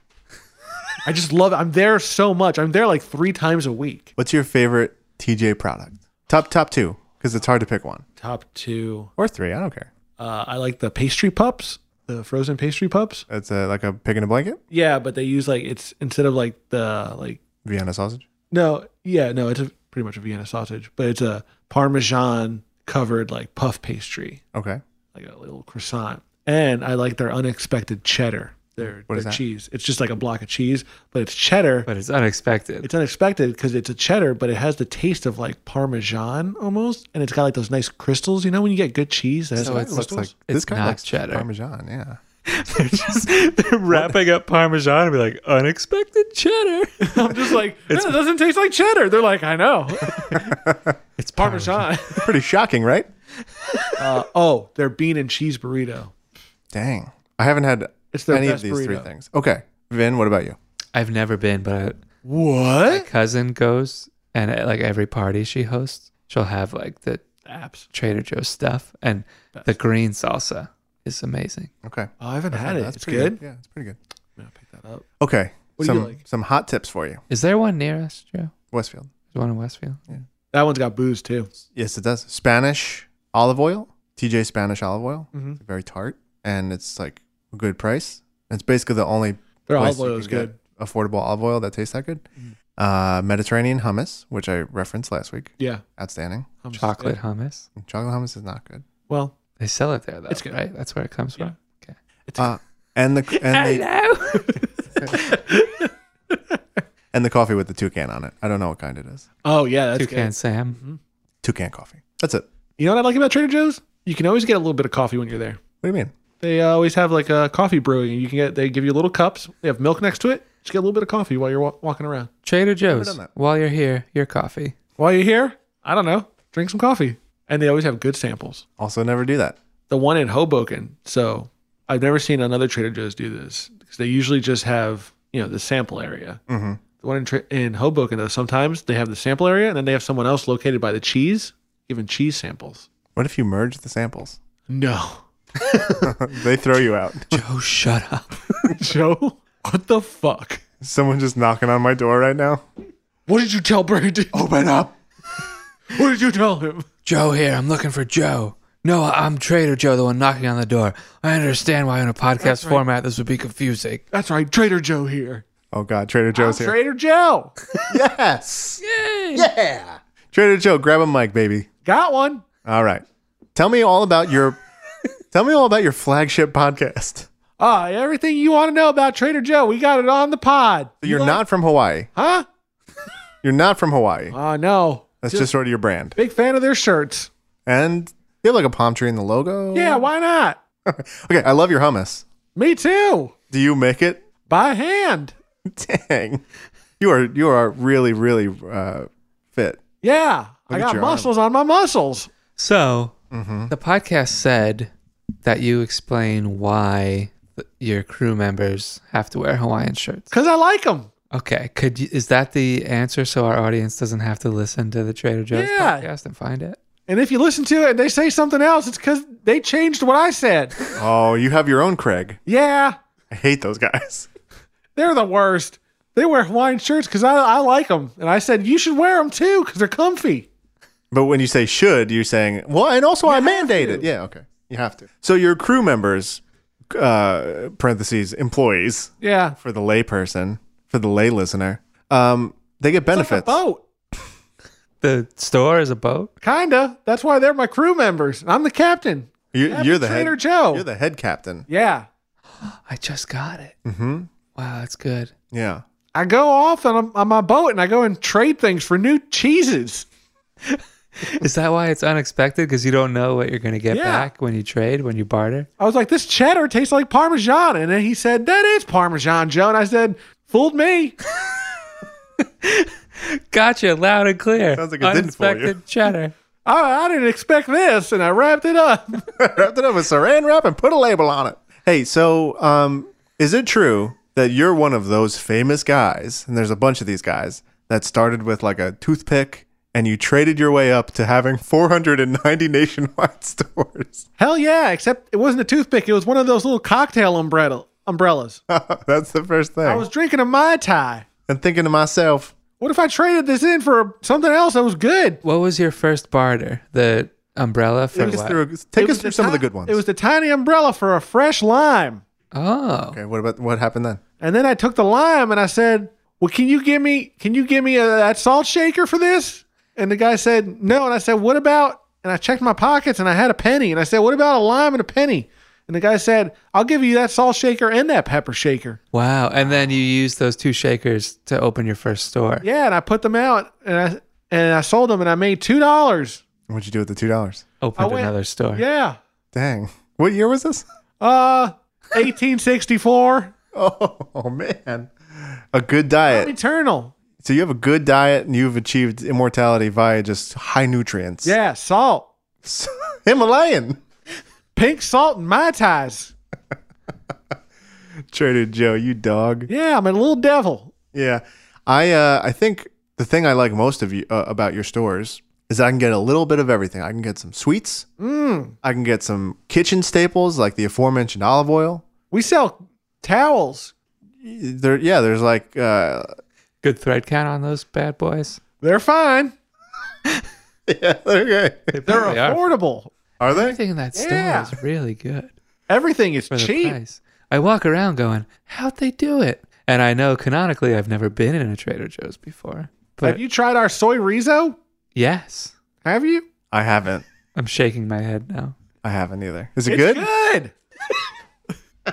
B: I just love it. I'm there so much. I'm there like three times a week.
C: What's your favorite TJ product? Top top two, because it's hard to pick one
B: Top two.
C: or three. I don't care.
B: Uh, I like the pastry pups, the frozen pastry pups.
C: It's uh, a, like a pig in a blanket,
B: Yeah, but they use like it's instead of like the like
C: Vienna sausage.
B: No, yeah, no, it's a, pretty much a Vienna sausage, but it's a Parmesan covered like puff pastry,
C: Okay.
B: like a little croissant. And I like their unexpected cheddar, their,
C: What is
B: their
C: that?
B: cheese. It's just like a block of cheese, but it's cheddar.
E: but it's unexpected.
B: It's unexpected because it's a cheddar, but it has the taste of like Parmesan almost, and it's got like those nice crystals. You know when you get good cheese, that has
E: So
B: like
E: it looks like
B: crystals?
E: it's
C: this kind of
E: not
C: looks
E: cheddar.
C: Parmesan, yeah.
E: They're just they're wrapping up Parmesan and be like unexpected cheddar.
B: I'm just like "Man, it doesn't taste like cheddar. They're like, I know,
E: It's
B: Parmesan.
C: Pretty shocking, right?
B: uh, oh, their bean and cheese burrito.
C: Dang. I haven't had
B: It's their
C: any of
B: best
C: these three
B: burrito.
C: things. Okay. Vin, what about you?
E: I've never been, but my
B: What?
E: cousin goes and at like every party she hosts, she'll have like the
B: Apps.
E: Trader Joe's stuff and the green salsa is amazing.
C: Okay.
B: Oh, I haven't had it.
C: That's
B: it's
C: pretty
B: good.
C: Yeah, it's pretty good.
B: I'm gonna pick that up.
C: Okay.
B: What do you
C: some
B: like?
C: some hot tips for you.
E: Is there one near us, Joe? There's
C: Westfield.
E: one in Westfield.
B: That one's got booze too.
C: Yes, it does. Spanish olive oil. TJ Spanish olive oil.
B: Mm-hmm.
C: It's very tart and it's like a good price. It's basically the only
B: Their olive
C: place you
B: oil
C: can
B: is
C: get
B: good. Mm-hmm.
C: Affordable olive oil that tastes that good. Uh, Mediterranean hummus, which I referenced last week.
B: Yeah.
C: Outstanding.
B: I'm just-
E: Chocolate
B: yeah.
E: hummus.
C: Chocolate hummus is not good.
B: Well,
E: They sell it there though,
B: It's good.
E: right? That's where it comes from. Okay.
C: Uh, and the and the,
E: Hello.
C: and the coffee with the toucan on it. I don't know what kind it is.
B: oh yeah, that's
E: Toucan
B: good. Mm-hmm.
E: Sam.
C: Toucan coffee. That's it.
B: You know what I like about Trader Joe's? You can always get a little bit of coffee when you're there.
C: What do you mean?
B: They uh, always have like a coffee brewing. You can get. They give you little cups. They have milk next to it. Just get a little bit of coffee while you're wa- walking around.
E: Trader Joe's.
C: done that.
E: While you're here, your coffee.
B: While you're here, I don't know, drink some coffee. And they always have good samples.
C: Also, never do that.
B: the one in Hoboken. So I've never seen another Trader Joe's do this because they usually just have you know the sample area. Mm-hmm. The one in, tra- in Hoboken though, sometimes they have the sample area and then they have someone else located by the cheese giving cheese samples.
C: What if you merge the samples?
B: No,
C: they throw you out.
E: Joe, shut up.
B: Joe, what the fuck?
C: Someone just knocking on my door right now.
B: What did you tell Brandon?
C: Open up.
B: What did you tell him?
E: Joe here. I'm looking for Joe. No, I'm Trader Joe, the one knocking on the door. I understand why in a podcast format this would be confusing.
B: That's right, Trader Joe here.
C: Oh God, Trader Joe's here.
B: Trader Joe,
C: yes. Yeah. Trader Joe, grab a mic, baby.
B: got one.
C: All right. Tell me all about your. tell me all about your flagship podcast.
B: Ah, everything you want to know about Trader Joe, we got it on the pod.
C: You're not from Hawaii.
B: huh?
C: You're not from Hawaii.
B: Ah, no.
C: That's just sort of your brand.
B: Big fan of their shirts.
C: And you have like a palm tree in the logo.
B: Yeah, why not?
C: Okay, I love your hummus.
B: Me too.
C: Do you make it?
B: By hand.
C: Dang, you are you are really really uh, fit.
B: Yeah. I
C: at
B: got
C: your
B: muscles on my muscles.
E: So the podcast said that you explain why th- your crew members have to wear Hawaiian shirts.
B: Cause I like them.
E: Okay, could you, is that the answer? So our audience doesn't have to listen to the Trader Joe's
B: Yeah.
E: podcast and find it.
B: And if you listen to it and they say something else, it's cause they changed what I said.
C: Oh, you have your own Craig.
B: yeah.
C: I hate those guys.
B: They're the worst. They wear Hawaiian shirts because I, I like them. And I said, you should wear them too because they're comfy.
C: But when you say should, you're saying well, and also I mandate it. Yeah, okay, you have to. So your crew members, uh, parentheses employees
B: Yeah.
C: for the layperson, for the lay listener, um, they get
B: It's like a
C: benefits.
B: boat.
E: The store is a boat.
B: Kinda. That's why they're my crew members. I'm the captain.
C: you,
B: Captain
C: you're the
B: Trader
C: head.
B: Joe.
C: You're the head captain.
B: Yeah.
E: I just got it. Mm-hmm. Wow, that's good.
C: Yeah.
B: I go off on, on my boat and I go and trade things for new cheeses.
E: Is that why it's unexpected? Because you don't know what you're going to get
B: Yeah.
E: back when you trade, when you barter?
B: I was like, this cheddar tastes like Parmesan. And then he said, that is Parmesan, Joe. And I said, fooled me.
E: Gotcha, loud and clear.
C: Sounds like it didn't fool you.
E: Unexpected cheddar.
B: I, I didn't expect this. And I wrapped it up.
C: wrapped it up with saran wrap and put a label on it. Hey, so um, is it true that you're one of those famous guys, and there's a bunch of these guys that started with like a toothpick, and you traded your way up to having 490 nationwide stores?
B: Hell yeah. Except it wasn't a toothpick. It was one of those little cocktail umbrella, umbrellas.
C: That's the first thing.
B: I was drinking a Mai Tai.
C: and thinking to myself,
B: What if I traded this in for something else that was good?
E: What was your first barter? The umbrella for
C: take us
E: what?
C: through,
B: It
C: take us
B: was
C: through
B: the
C: some of the
B: ti-
C: good ones.
B: It was the tiny umbrella for a fresh lime.
E: oh,
C: okay, what about what happened then?
B: And then I took the lime and I said, well, can you give me can you give me a, that salt shaker for this? And the guy said no, and I said, what about? And I checked my pockets, and I had a penny, and I said, what about a lime and a penny? And the guy said, I'll give you that salt shaker and that pepper shaker.
E: Wow. And then you use those two shakers to open your first store.
B: Yeah, and I put them out, and I and I sold them, and I made two dollars.
C: What'd you do with the two dollars?
E: Opened
B: I went-
E: another store.
B: Yeah,
C: Dang. What year was this?
B: uh, eighteen sixty four,
C: Oh, man. A good diet.
B: eternal.
C: So you have a good diet and you've achieved immortality via just high nutrients.
B: Yeah, salt,
C: Himalayan.
B: pink salt, and my ties.
C: Trader Joe, you dog.
B: Yeah, I'm a little devil.
C: Yeah. I uh I think the thing I like most of you uh, about your stores is that I can get a little bit of everything. I can get some sweets.
B: Mm.
C: I can get some kitchen staples like the aforementioned olive oil.
B: We sell towels.
C: There yeah, there's like uh
E: Good thread count on those bad boys.
B: They're fine.
C: yeah, okay.
B: They're
E: They are.
B: affordable.
C: Are they?
E: Everything in that store
B: Yeah.
E: is really good
B: Everything is
E: for the
B: cheap.
E: price. I walk around going, how'd they do it? And I know canonically I've never been in a Trader Joe's before. But
B: Have you tried our soy rizo?
E: yes,
B: Have you?
C: I haven't.
E: I'm shaking my head now.
C: I haven't either. Is it
B: It's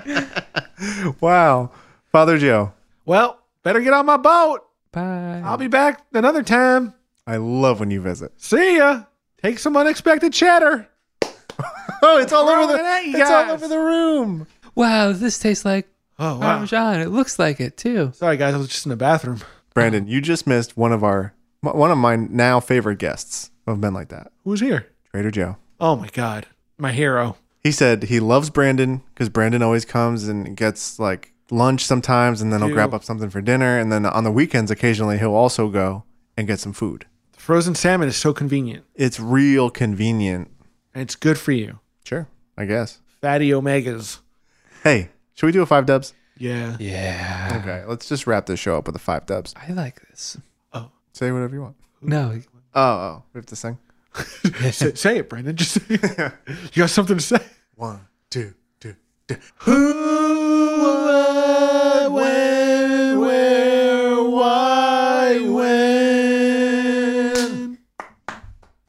C: good?
B: good.
C: Wow. Father Joe,
B: Well, better get on my boat.
E: Bye.
B: I'll be back another time.
C: I love when you visit.
B: See ya. Take some unexpected cheddar.
C: Oh, it's all over
B: Throwing
C: the
B: it at you
C: It's all
B: guys.
C: over the room.
E: wow, this tastes like
B: Oh
E: Parmesan. It looks like it too.
B: Sorry guys, I was just in the bathroom.
C: Brandon, you just missed one of our one of my now favorite guests who have been like that.
B: Who's here?
C: Trader Joe.
B: Oh my god. My hero.
C: He said he loves Brandon because Brandon always comes and gets like lunch sometimes, and then he'll grab up something for dinner, and then on the weekends occasionally he'll also go and get some food.
B: The frozen salmon is so convenient.
C: It's real convenient.
B: And it's good for you.
C: Sure, I guess.
B: Fatty omegas.
C: Hey, should we do a five dubs?
B: Yeah.
E: Yeah.
C: Okay, let's just wrap this show up with a five dubs.
E: I like this.
C: Say whatever you want.
E: No,
C: Oh, oh we have to sing.
B: say, say it, Brandon. Just you got something to say.
C: One, two, two.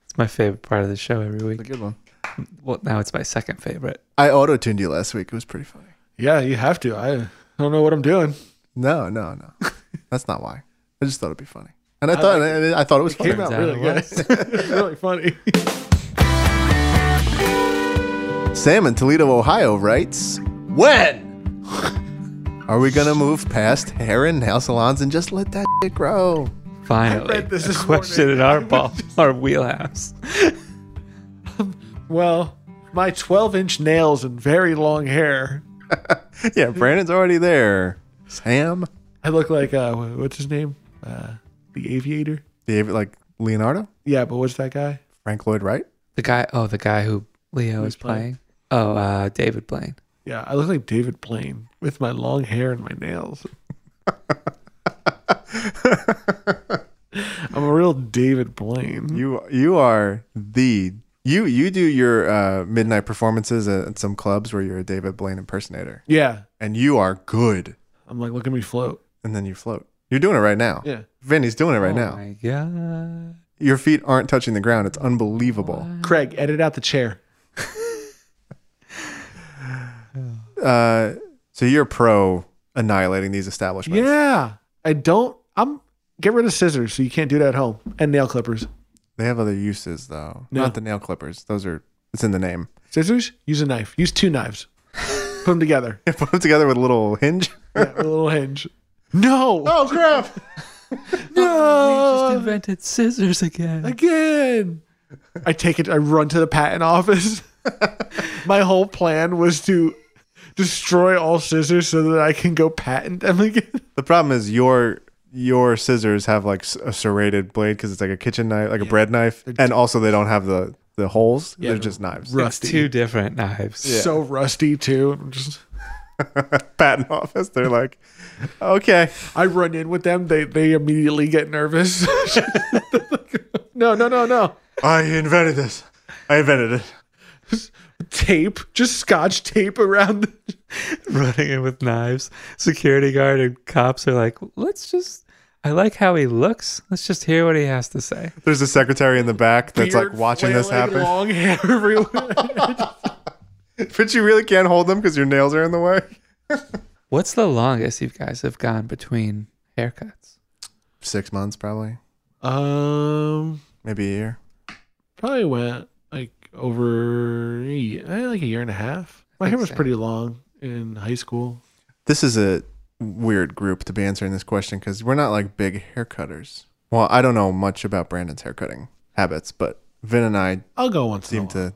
E: it's my favorite part of the show every week.
C: Good one.
E: Well, now it's my second favorite.
C: I auto tuned you last week. It was pretty funny.
B: Yeah, you have to. I don't know what I'm doing.
C: No, no, no. That's not why. I just thought it'd be funny, and I, thought I, I thought it was funny.
B: Came out
E: out
B: really
E: it
B: good.
E: was.
B: It's really funny.
C: Sam in Toledo, Ohio writes, When are we going to move past hair and nail salons and just let that shit grow?
E: Finally,
B: read this
E: a
B: this
E: question in our ball, our wheelhouse.
B: Well, my 12 inch nails and very long hair.
C: yeah, Brandon's already there. Sam,
B: I look like, uh, wh- what's his name? Uh, the Aviator?
C: David, like Leonardo,
B: Yeah, but what's that guy?
C: Frank Lloyd Wright.
E: The guy, oh, the guy who Leo is playing. Oh, uh, David Blaine.
B: Yeah, I look like David Blaine with my long hair and my nails. I'm a real David Blaine.
C: You you are the you you do your uh, midnight performances at, at some clubs where you're a David Blaine impersonator,
B: Yeah,
C: and you are good.
B: I'm like, look at me float.
C: And then you float. You're doing it right now.
B: Yeah.
C: Vinny's doing it right now.
E: Oh my god.
C: Your feet aren't touching the ground. It's unbelievable.
B: Craig, edit out the chair.
C: Uh, so you're pro annihilating these establishments.
B: Yeah, I don't. I'm get rid of scissors so you can't do that at home and nail clippers.
C: They have other uses though.
B: No.
C: Not the nail clippers. Those are it's in the name.
B: Scissors, use a knife. Use two knives. Put them together.
C: Put them together with a little hinge.
B: Yeah, with a little hinge. No.
C: oh crap.
E: Just
B: no.
E: invented scissors again.
B: Again. I take it. I run to the patent office. My whole plan was to destroy all scissors so that I can go patent them again.
C: The problem is your your scissors have like s- a serrated blade because it's like a kitchen knife, like a bread knife, and also they don't have the the holes. They're just knives.
E: It's two different knives.
B: So rusty too. I'm just.
C: Patent office. They're like, okay,
B: I run in with them. They they immediately get nervous. no, no, no, no.
C: I invented this. I invented it.
B: Tape, just scotch tape around. The-
E: Running in with knives. Security guard and cops are like, let's just I like how he looks. Let's just hear what he has to say.
C: There's a secretary in the back that's like
B: Beard
C: watching this
B: flailing,
C: happen,
B: Long hair everywhere.
C: but you really can't hold them because your nails are in the way.
E: What's the longest you guys have gone between haircuts?
C: Six months probably,
B: um,
C: maybe a year.
B: probably went like over a ye- eh, like a year and a half. My hair was
E: so.
B: pretty long in high school.
C: This is a weird group to be answering this question because we're not like big haircutters. Well, I don't know much about Brandon's haircutting habits, but Vin and I
B: I'll go once in a
C: seem
B: while.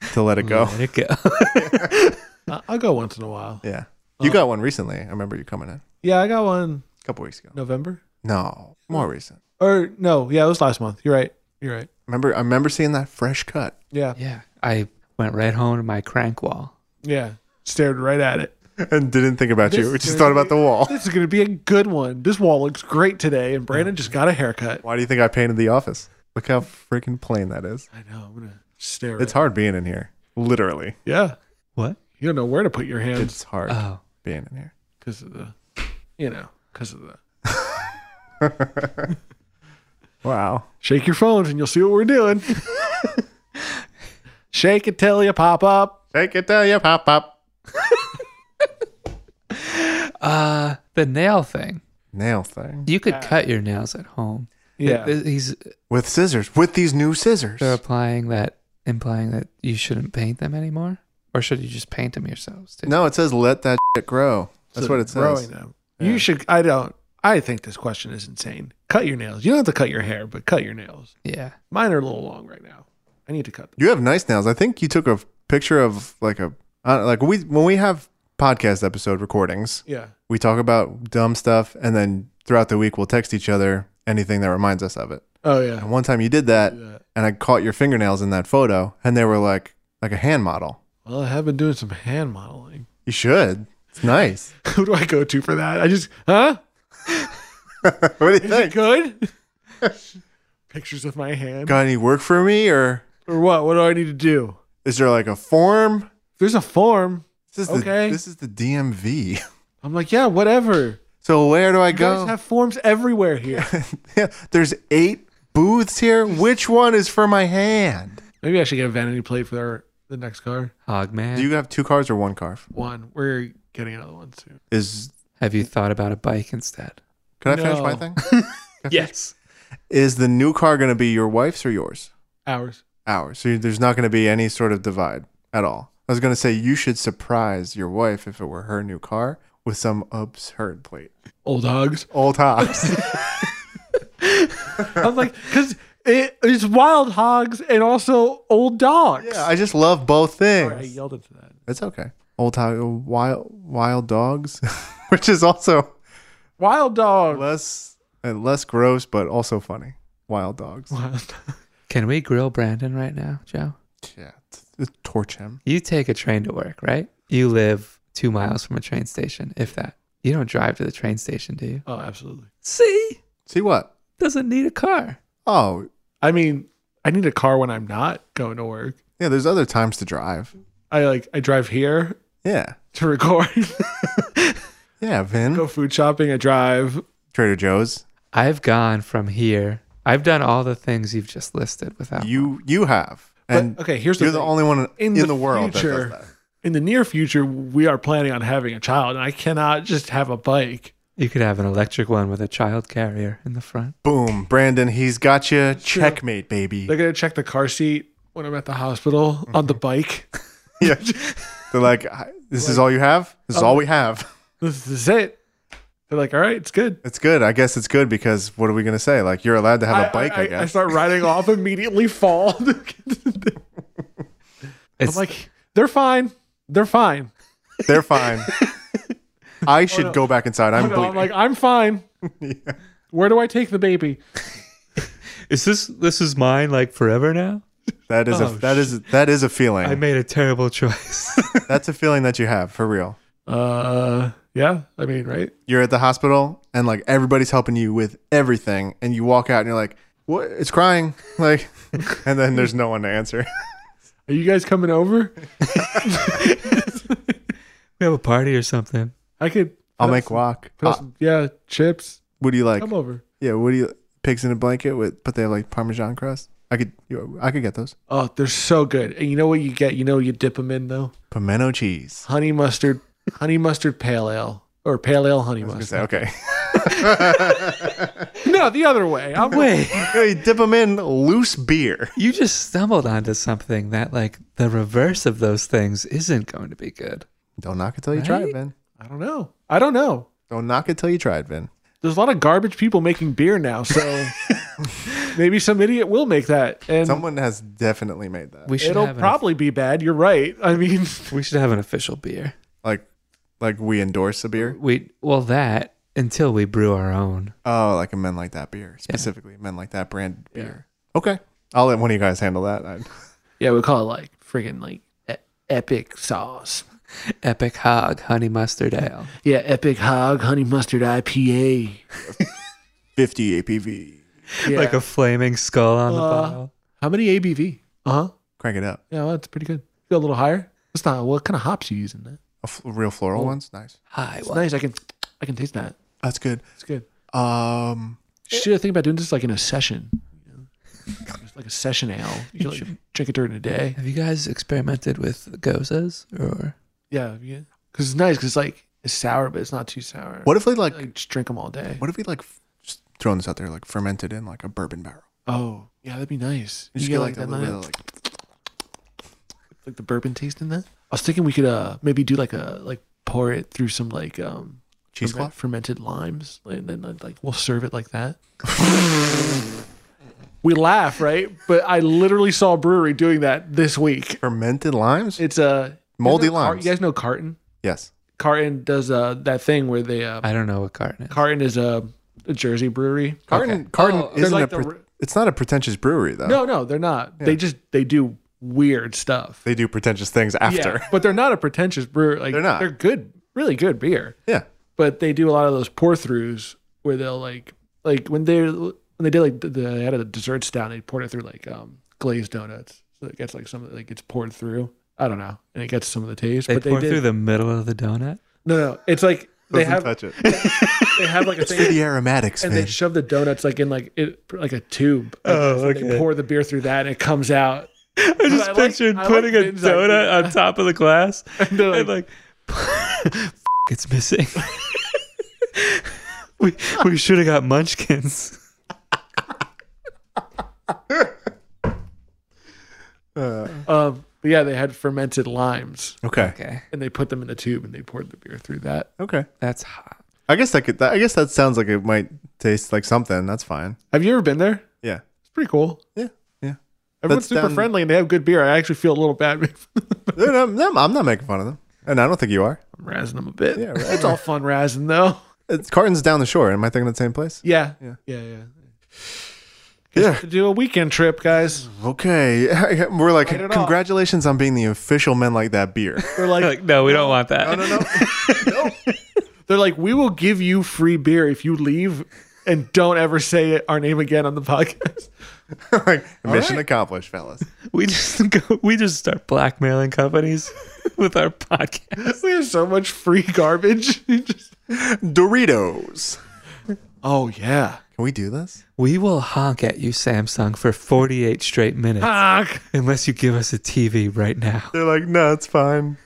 C: to to let it go.
E: Let it go.
B: I- I'll go once in a while.
C: Yeah, you got one recently. I remember you coming in a
B: Yeah, I got one
C: couple weeks ago.
B: November
C: No, more recent.
B: or no, yeah, it was last month. You're right. You're right.
C: Remember, I remember seeing that fresh cut.
B: Yeah,
E: yeah. I went right home to my crank wall.
B: yeah. Stared right at it.
C: and didn't think about you.
B: This
C: We just
B: is
C: thought
B: gonna
C: about the wall.
B: This is gonna be a good one. This wall looks great today, and Brandon just got a haircut.
C: Why do you think I painted the office? Look how freaking plain that is.
B: I know. I'm gonna stare.
C: It's
B: at
C: hard being in here. Literally,
B: it. Yeah,
E: What?
B: you don't know where to put your hands
C: it's hard
E: Oh.
C: being in here.
B: because of the, you know, because of the.
C: Wow.
B: Shake your phones and you'll see what we're doing. Shake it till you pop up.
C: Take it till you pop up.
E: Uh, the nail thing.
C: Nail thing
E: You could cut your nails at home.
B: Yeah.
E: Th- He's
C: with scissors. With these new scissors.
E: they're applying that implying that you shouldn't paint them anymore. Or should you just paint them yourselves too?
C: No, it says let that shit grow. That's
B: So
C: what it says.
B: growing them. You should. I don't. I think this question is insane. Cut your nails. You don't have to cut your hair, but cut your nails.
E: Yeah.
B: Mine are a little long right now. I need to cut them.
C: You have nice nails. I think you took a picture of like a I don't- like we when we have podcast episode recordings.
B: Yeah.
C: we talk about dumb stuff and then throughout the week we'll text each other anything that reminds us of it
B: Oh
C: and
B: yeah.
C: one time you did that
B: Yeah.
C: and i caught your fingernails in that photo and they were like like a hand model
B: Well, I have been doing some hand modeling.
C: you should it's nice
B: Who do I go to for that? I just huh?
C: what do you
B: Is it
C: think
B: good? Pictures of my hand.
C: got any work for me or
B: Or what? What do I need to do?
C: is there like a form
B: There's a form.
C: this is
B: Okay.
C: the this is the dmv
B: I'm like, yeah, whatever.
C: so where do i
B: You guys
C: go
B: have forms everywhere here.
C: yeah, there's eight booths here which one is for my hand
B: Maybe I should get a vanity plate for our, the next car.
E: Hog man.
C: do you have two cards or one card
B: One. We're getting another one soon.
C: is
E: have you thought about a bike instead?
C: can i finish
B: No.
C: my thing
E: Yes.
C: is the new car going to be your wife's or yours
B: Hours.
C: hours. So there's not going to be any sort of divide at all. I was going to say you should surprise your wife if it were her new car with some absurd plate.
B: Old hogs.
C: Old hops.
B: I'm like, because it, it's wild hogs and also old dogs.
C: yeah, I just love both things.
B: I yelled into that.
C: It's okay. Old ho- wild wild dogs, which is also
B: Wild dog.
C: less uh, less gross but also funny. Wild dogs.
B: Wild-
E: Can we grill Brandon right now, Joe?
C: Yeah, t- t- torch him.
E: You take a train to work, right? You live two miles from a train station, if that. You don't drive to the train station, do you?
B: oh, absolutely.
E: See?
C: See what?
E: Doesn't need a car.
C: Oh,
B: I mean, I need a car when I'm not going to work.
C: yeah. There's other times to drive.
B: I like, I drive here
C: Yeah,
B: to record,
C: yeah. Vin,
B: go food shopping. I drive.
C: Trader Joe's.
E: I've gone from here. I've done all the things you've just listed without.
C: You you have.
B: But,
C: And
B: okay, here's the
C: you're the
B: thing.
C: only one in,
B: In
C: the,
B: the
C: world
B: future-
C: that does that.
B: In the near future, we are planning on having a child, and I cannot just have a bike.
E: you could have an electric one with a child carrier in the front.
C: Boom, Brandon, he's got you. Checkmate, baby.
B: They're gonna check the car seat when I'm at the hospital on the bike.
C: yeah. They're like, "I- this is all you have. This is
B: um,
C: all we have.
B: This is it. They're like, all right, it's good.
C: It's good. I guess it's good because what are we gonna say? Like, you're allowed to have a
B: I-
C: bike. I,
B: I, I
C: guess.
B: start riding off, immediately fall. I'm
E: It's like
B: like, they're fine. They're fine.
C: They're fine. I should go back inside. I'm
B: You know,
C: bleeding.
B: I'm like, I'm fine. Where do I take the baby?
E: is this this is mine like forever now?
C: that
B: oh,
C: is a that is that is a feeling.
E: I made a terrible choice.
C: That's a feeling that you have for real.
B: Uh, yeah. I mean, right?
C: You're at the hospital and like everybody's helping you with everything, and you walk out and you're like, what? It's crying. Like, and then there's no one to answer.
B: Are you guys coming over?
E: we have a party or something.
B: I could.
C: I'll make walk. Uh,
B: put up some- yeah, chips.
C: What do you like?
B: Come over.
C: Yeah, what do you pigs in a blanket with? But they have like Parmesan crust. I could, you- I could get those.
B: Oh, they're so good. And you know what you get? You know what you dip them in though?
C: Pimento cheese.
B: Honey mustard, honey mustard pale ale or pale ale honey
C: I was
B: mustard.
C: gonna say, okay.
B: No, the other way. I'm
E: Wait,
C: Hey, dip them in loose beer.
E: you just stumbled onto something that, like, the reverse of those things isn't going to be good.
C: Don't knock it till you try it,
E: Right?
C: Ben.
B: I don't know. I don't know.
C: Don't knock it till you try it, Ben.
B: There's a lot of garbage people making beer now, so maybe some idiot will make that, and
C: Someone has definitely made that.
E: We should
B: it'll
E: have an-
B: probably be bad. You're right. I mean,
E: we should have an official beer.
C: like, like we endorse a beer.
E: We well that until we brew our own.
C: Oh, like a men like that beer specifically, men like that brand beer. Okay, I'll let one of you guys handle that. I,
B: yeah, we call it like friggin' like e- epic sauce.
E: Epic hog honey mustard ale.
B: Yeah, epic hog honey mustard IPA.
C: Fifty APV.
B: Yeah.
E: Like a flaming skull on the
B: Uh,
E: bottle.
B: How many ABV? Uh
E: Uh-huh.
B: huh.
C: Crank it up.
B: Yeah, well, that's pretty good. Go a little higher. It's not. What kind of hops you using? That
C: A f- real floral ones, nice.
E: Hi,
B: it's
E: well,
B: nice. I can, I can taste that.
C: That's good.
B: It's good.
C: Um,
E: Eh.
B: Should I think about doing this like in a session? you know? It's like a session ale. You can like drink it during the day.
E: have you guys experimented with gozas or
B: Yeah, yeah. Because it's nice. Because it's like it's sour, but it's not too sour.
C: what if we like?
B: Like just drink them all day.
C: What if we like? f- Just throwing this out there, like fermented in like a bourbon barrel.
B: Oh, yeah, that'd be nice.
C: Just
B: You get like that,
C: little bit
B: nice-
C: of, like
B: like the bourbon taste in that. I was thinking we could uh maybe do like a like pour it through some like um ferment-
C: cheesecloth.
B: fermented limes, and then I'd, like we'll serve it like that. we laugh, right? But I literally saw a brewery doing that this week.
C: Fermented limes.
B: It's a
C: Moldy
B: you guys know Car-
C: limes.
B: You guys know Carton?
C: yes.
B: Carton does uh that thing where they uh
E: I don't know what carton is.
B: Carton is a, a Jersey brewery.
C: Carton. Carton
E: Oh,
C: isn't
B: like
C: a.
B: the
C: pre-
B: re-
C: it's not a pretentious brewery though.
B: No, no, they're not. They just they do weird stuff.
C: They do pretentious things after.
B: but they're not a pretentious brewer. Like
C: They're not.
B: They're good, really good beer.
C: Yeah.
B: But they do a lot of those pour throughs where they'll like like when they when they did like the, they had a desserts down. They poured it through like um glazed donuts, so it gets like some like it's poured through. I don't know, and it gets some of the taste.
E: They
B: but
E: pour
B: they did,
E: through the middle of the donut.
B: no, no, it's like they
C: Doesn't
B: have
C: touch it.
B: they have like a
C: Through
B: thing.
C: the aromatics,
B: And
C: man.
B: they shove the donuts like in like it like a tube. Like,
E: Oh,
B: and They
E: okay.
B: pour the beer through that, and it comes out.
E: I just
B: I like-
E: pictured
B: I like
E: putting a
B: Vin's idea.
E: donut on top of the glass
B: And they're
E: and
B: like,
E: like, F- it's missing. we we should have got munchkins.
B: um, but yeah, they had fermented limes,
C: okay.
E: Okay,
B: and they put them in the tube, and they poured the beer through that.
C: Okay.
E: that's hot.
C: I guess that could. That, I guess that sounds like it might taste like something. That's fine.
B: Have you ever been there?
C: Yeah.
B: It's pretty cool.
C: Yeah. Yeah.
B: Everyone's
C: That's
B: super
C: down-
B: friendly and they have good beer. I actually feel a little bad. I'm
C: Dude, I'm, I'm- I'm not making fun of them, and I don't think you are.
B: razzing them a bit.
C: Yeah, right.
B: it's all fun razzing though.
C: It's Carton's down the shore. Am I thinking the same place?
B: Yeah,
C: Yeah.
B: yeah, yeah. yeah.
C: Yeah.
B: To do a weekend trip, guys.
C: Okay. We're like,
B: Write it off.
C: congratulations on being the official men like that beer.
B: They're like,
E: Like, no, we don't want that.
C: no, no, no.
B: they're like, we will give you free beer if you leave and don't ever say our name again on the podcast.
C: like, mission accomplished, fellas.
E: We just go, we just start blackmailing companies with our podcast.
B: we have so much free garbage. You just-
C: Doritos.
B: oh yeah.
C: Can we do this?
E: We will honk at you, Samsung, for 48 straight minutes
B: Fuck.
E: unless you give us a TV right now.
C: They're like, no, it's fine.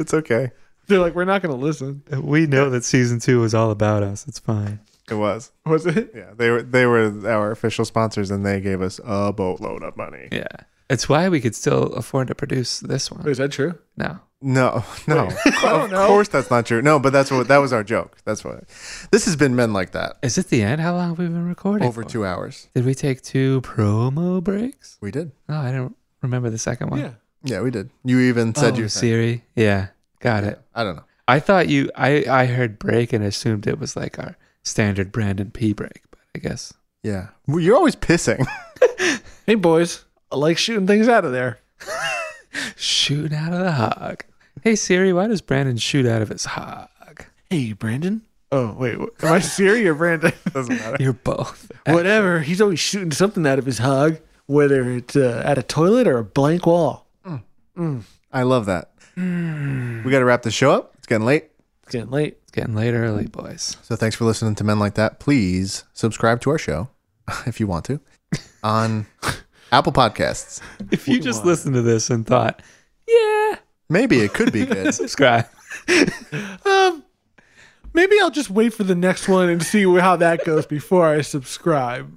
C: It's okay.
B: They're like, we're not gonna listen.
E: We know that season two is all about us. It's fine.
C: It was.
B: Was it?
C: Yeah, they were they were our official sponsors, and they gave us a boatload of money.
E: Yeah. It's why we could still afford to produce this
B: Wait,
E: one.
B: is that true?
E: No.
C: No, no, of course that's not true. No, but that's what that was our joke. That's what this has been men like that
E: Is it the end? How long have we been recording?
C: over
E: for?
C: two hours.
E: Did we take two promo breaks?
C: We did.
E: Oh, I don't remember the second one.
B: Yeah.
C: Yeah, we did. You even said
E: Oh,
C: you.
E: Siri. Yeah. Got it.
C: I don't know.
E: I thought you I I heard break and assumed it was like our standard Brandon P break, but I guess
C: Yeah, well, you're always pissing.
B: Hey boys, I like shooting things out of there.
E: shooting out of the hog. Hey Siri, why does Brandon shoot out of his hog?
B: Hey, Brandon. Oh, wait. wh- Am I Siri or Brandon?
C: Doesn't matter.
E: You're both.
B: Whatever. He's always shooting something out of his hog, whether it's uh, at a toilet or a blank wall.
C: Hmm. I love that. We got to wrap the show up. It's getting late.
B: It's getting late.
E: It's getting late early, boys.
C: So thanks for listening to Men Like That. Please subscribe to our show if you want to on Apple Podcasts.
E: If you just listened to this and thought, yeah,
C: Maybe it could be good.
E: subscribe.
B: Um, maybe I'll just wait for the next one and see wh- how that goes before I subscribe.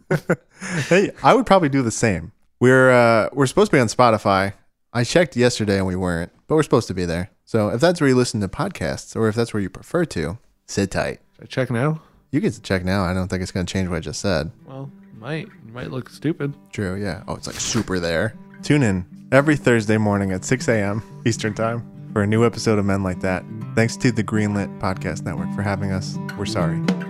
C: hey, I would probably do the same. We're uh, we're supposed to be on Spotify. I checked yesterday and we weren't, but we're supposed to be there. So if that's where you listen to podcasts, or if that's where you prefer to, sit tight.
B: Should I check now?
C: You get to check now. I don't think it's going to change what I just said.
B: Well, might might look stupid.
C: True. Yeah. Oh, it's like super there. Tune in every Thursday morning at 6 a.m. Eastern Time for a new episode of Men Like That. Thanks to the Greenlit Podcast Network for having us. We're sorry.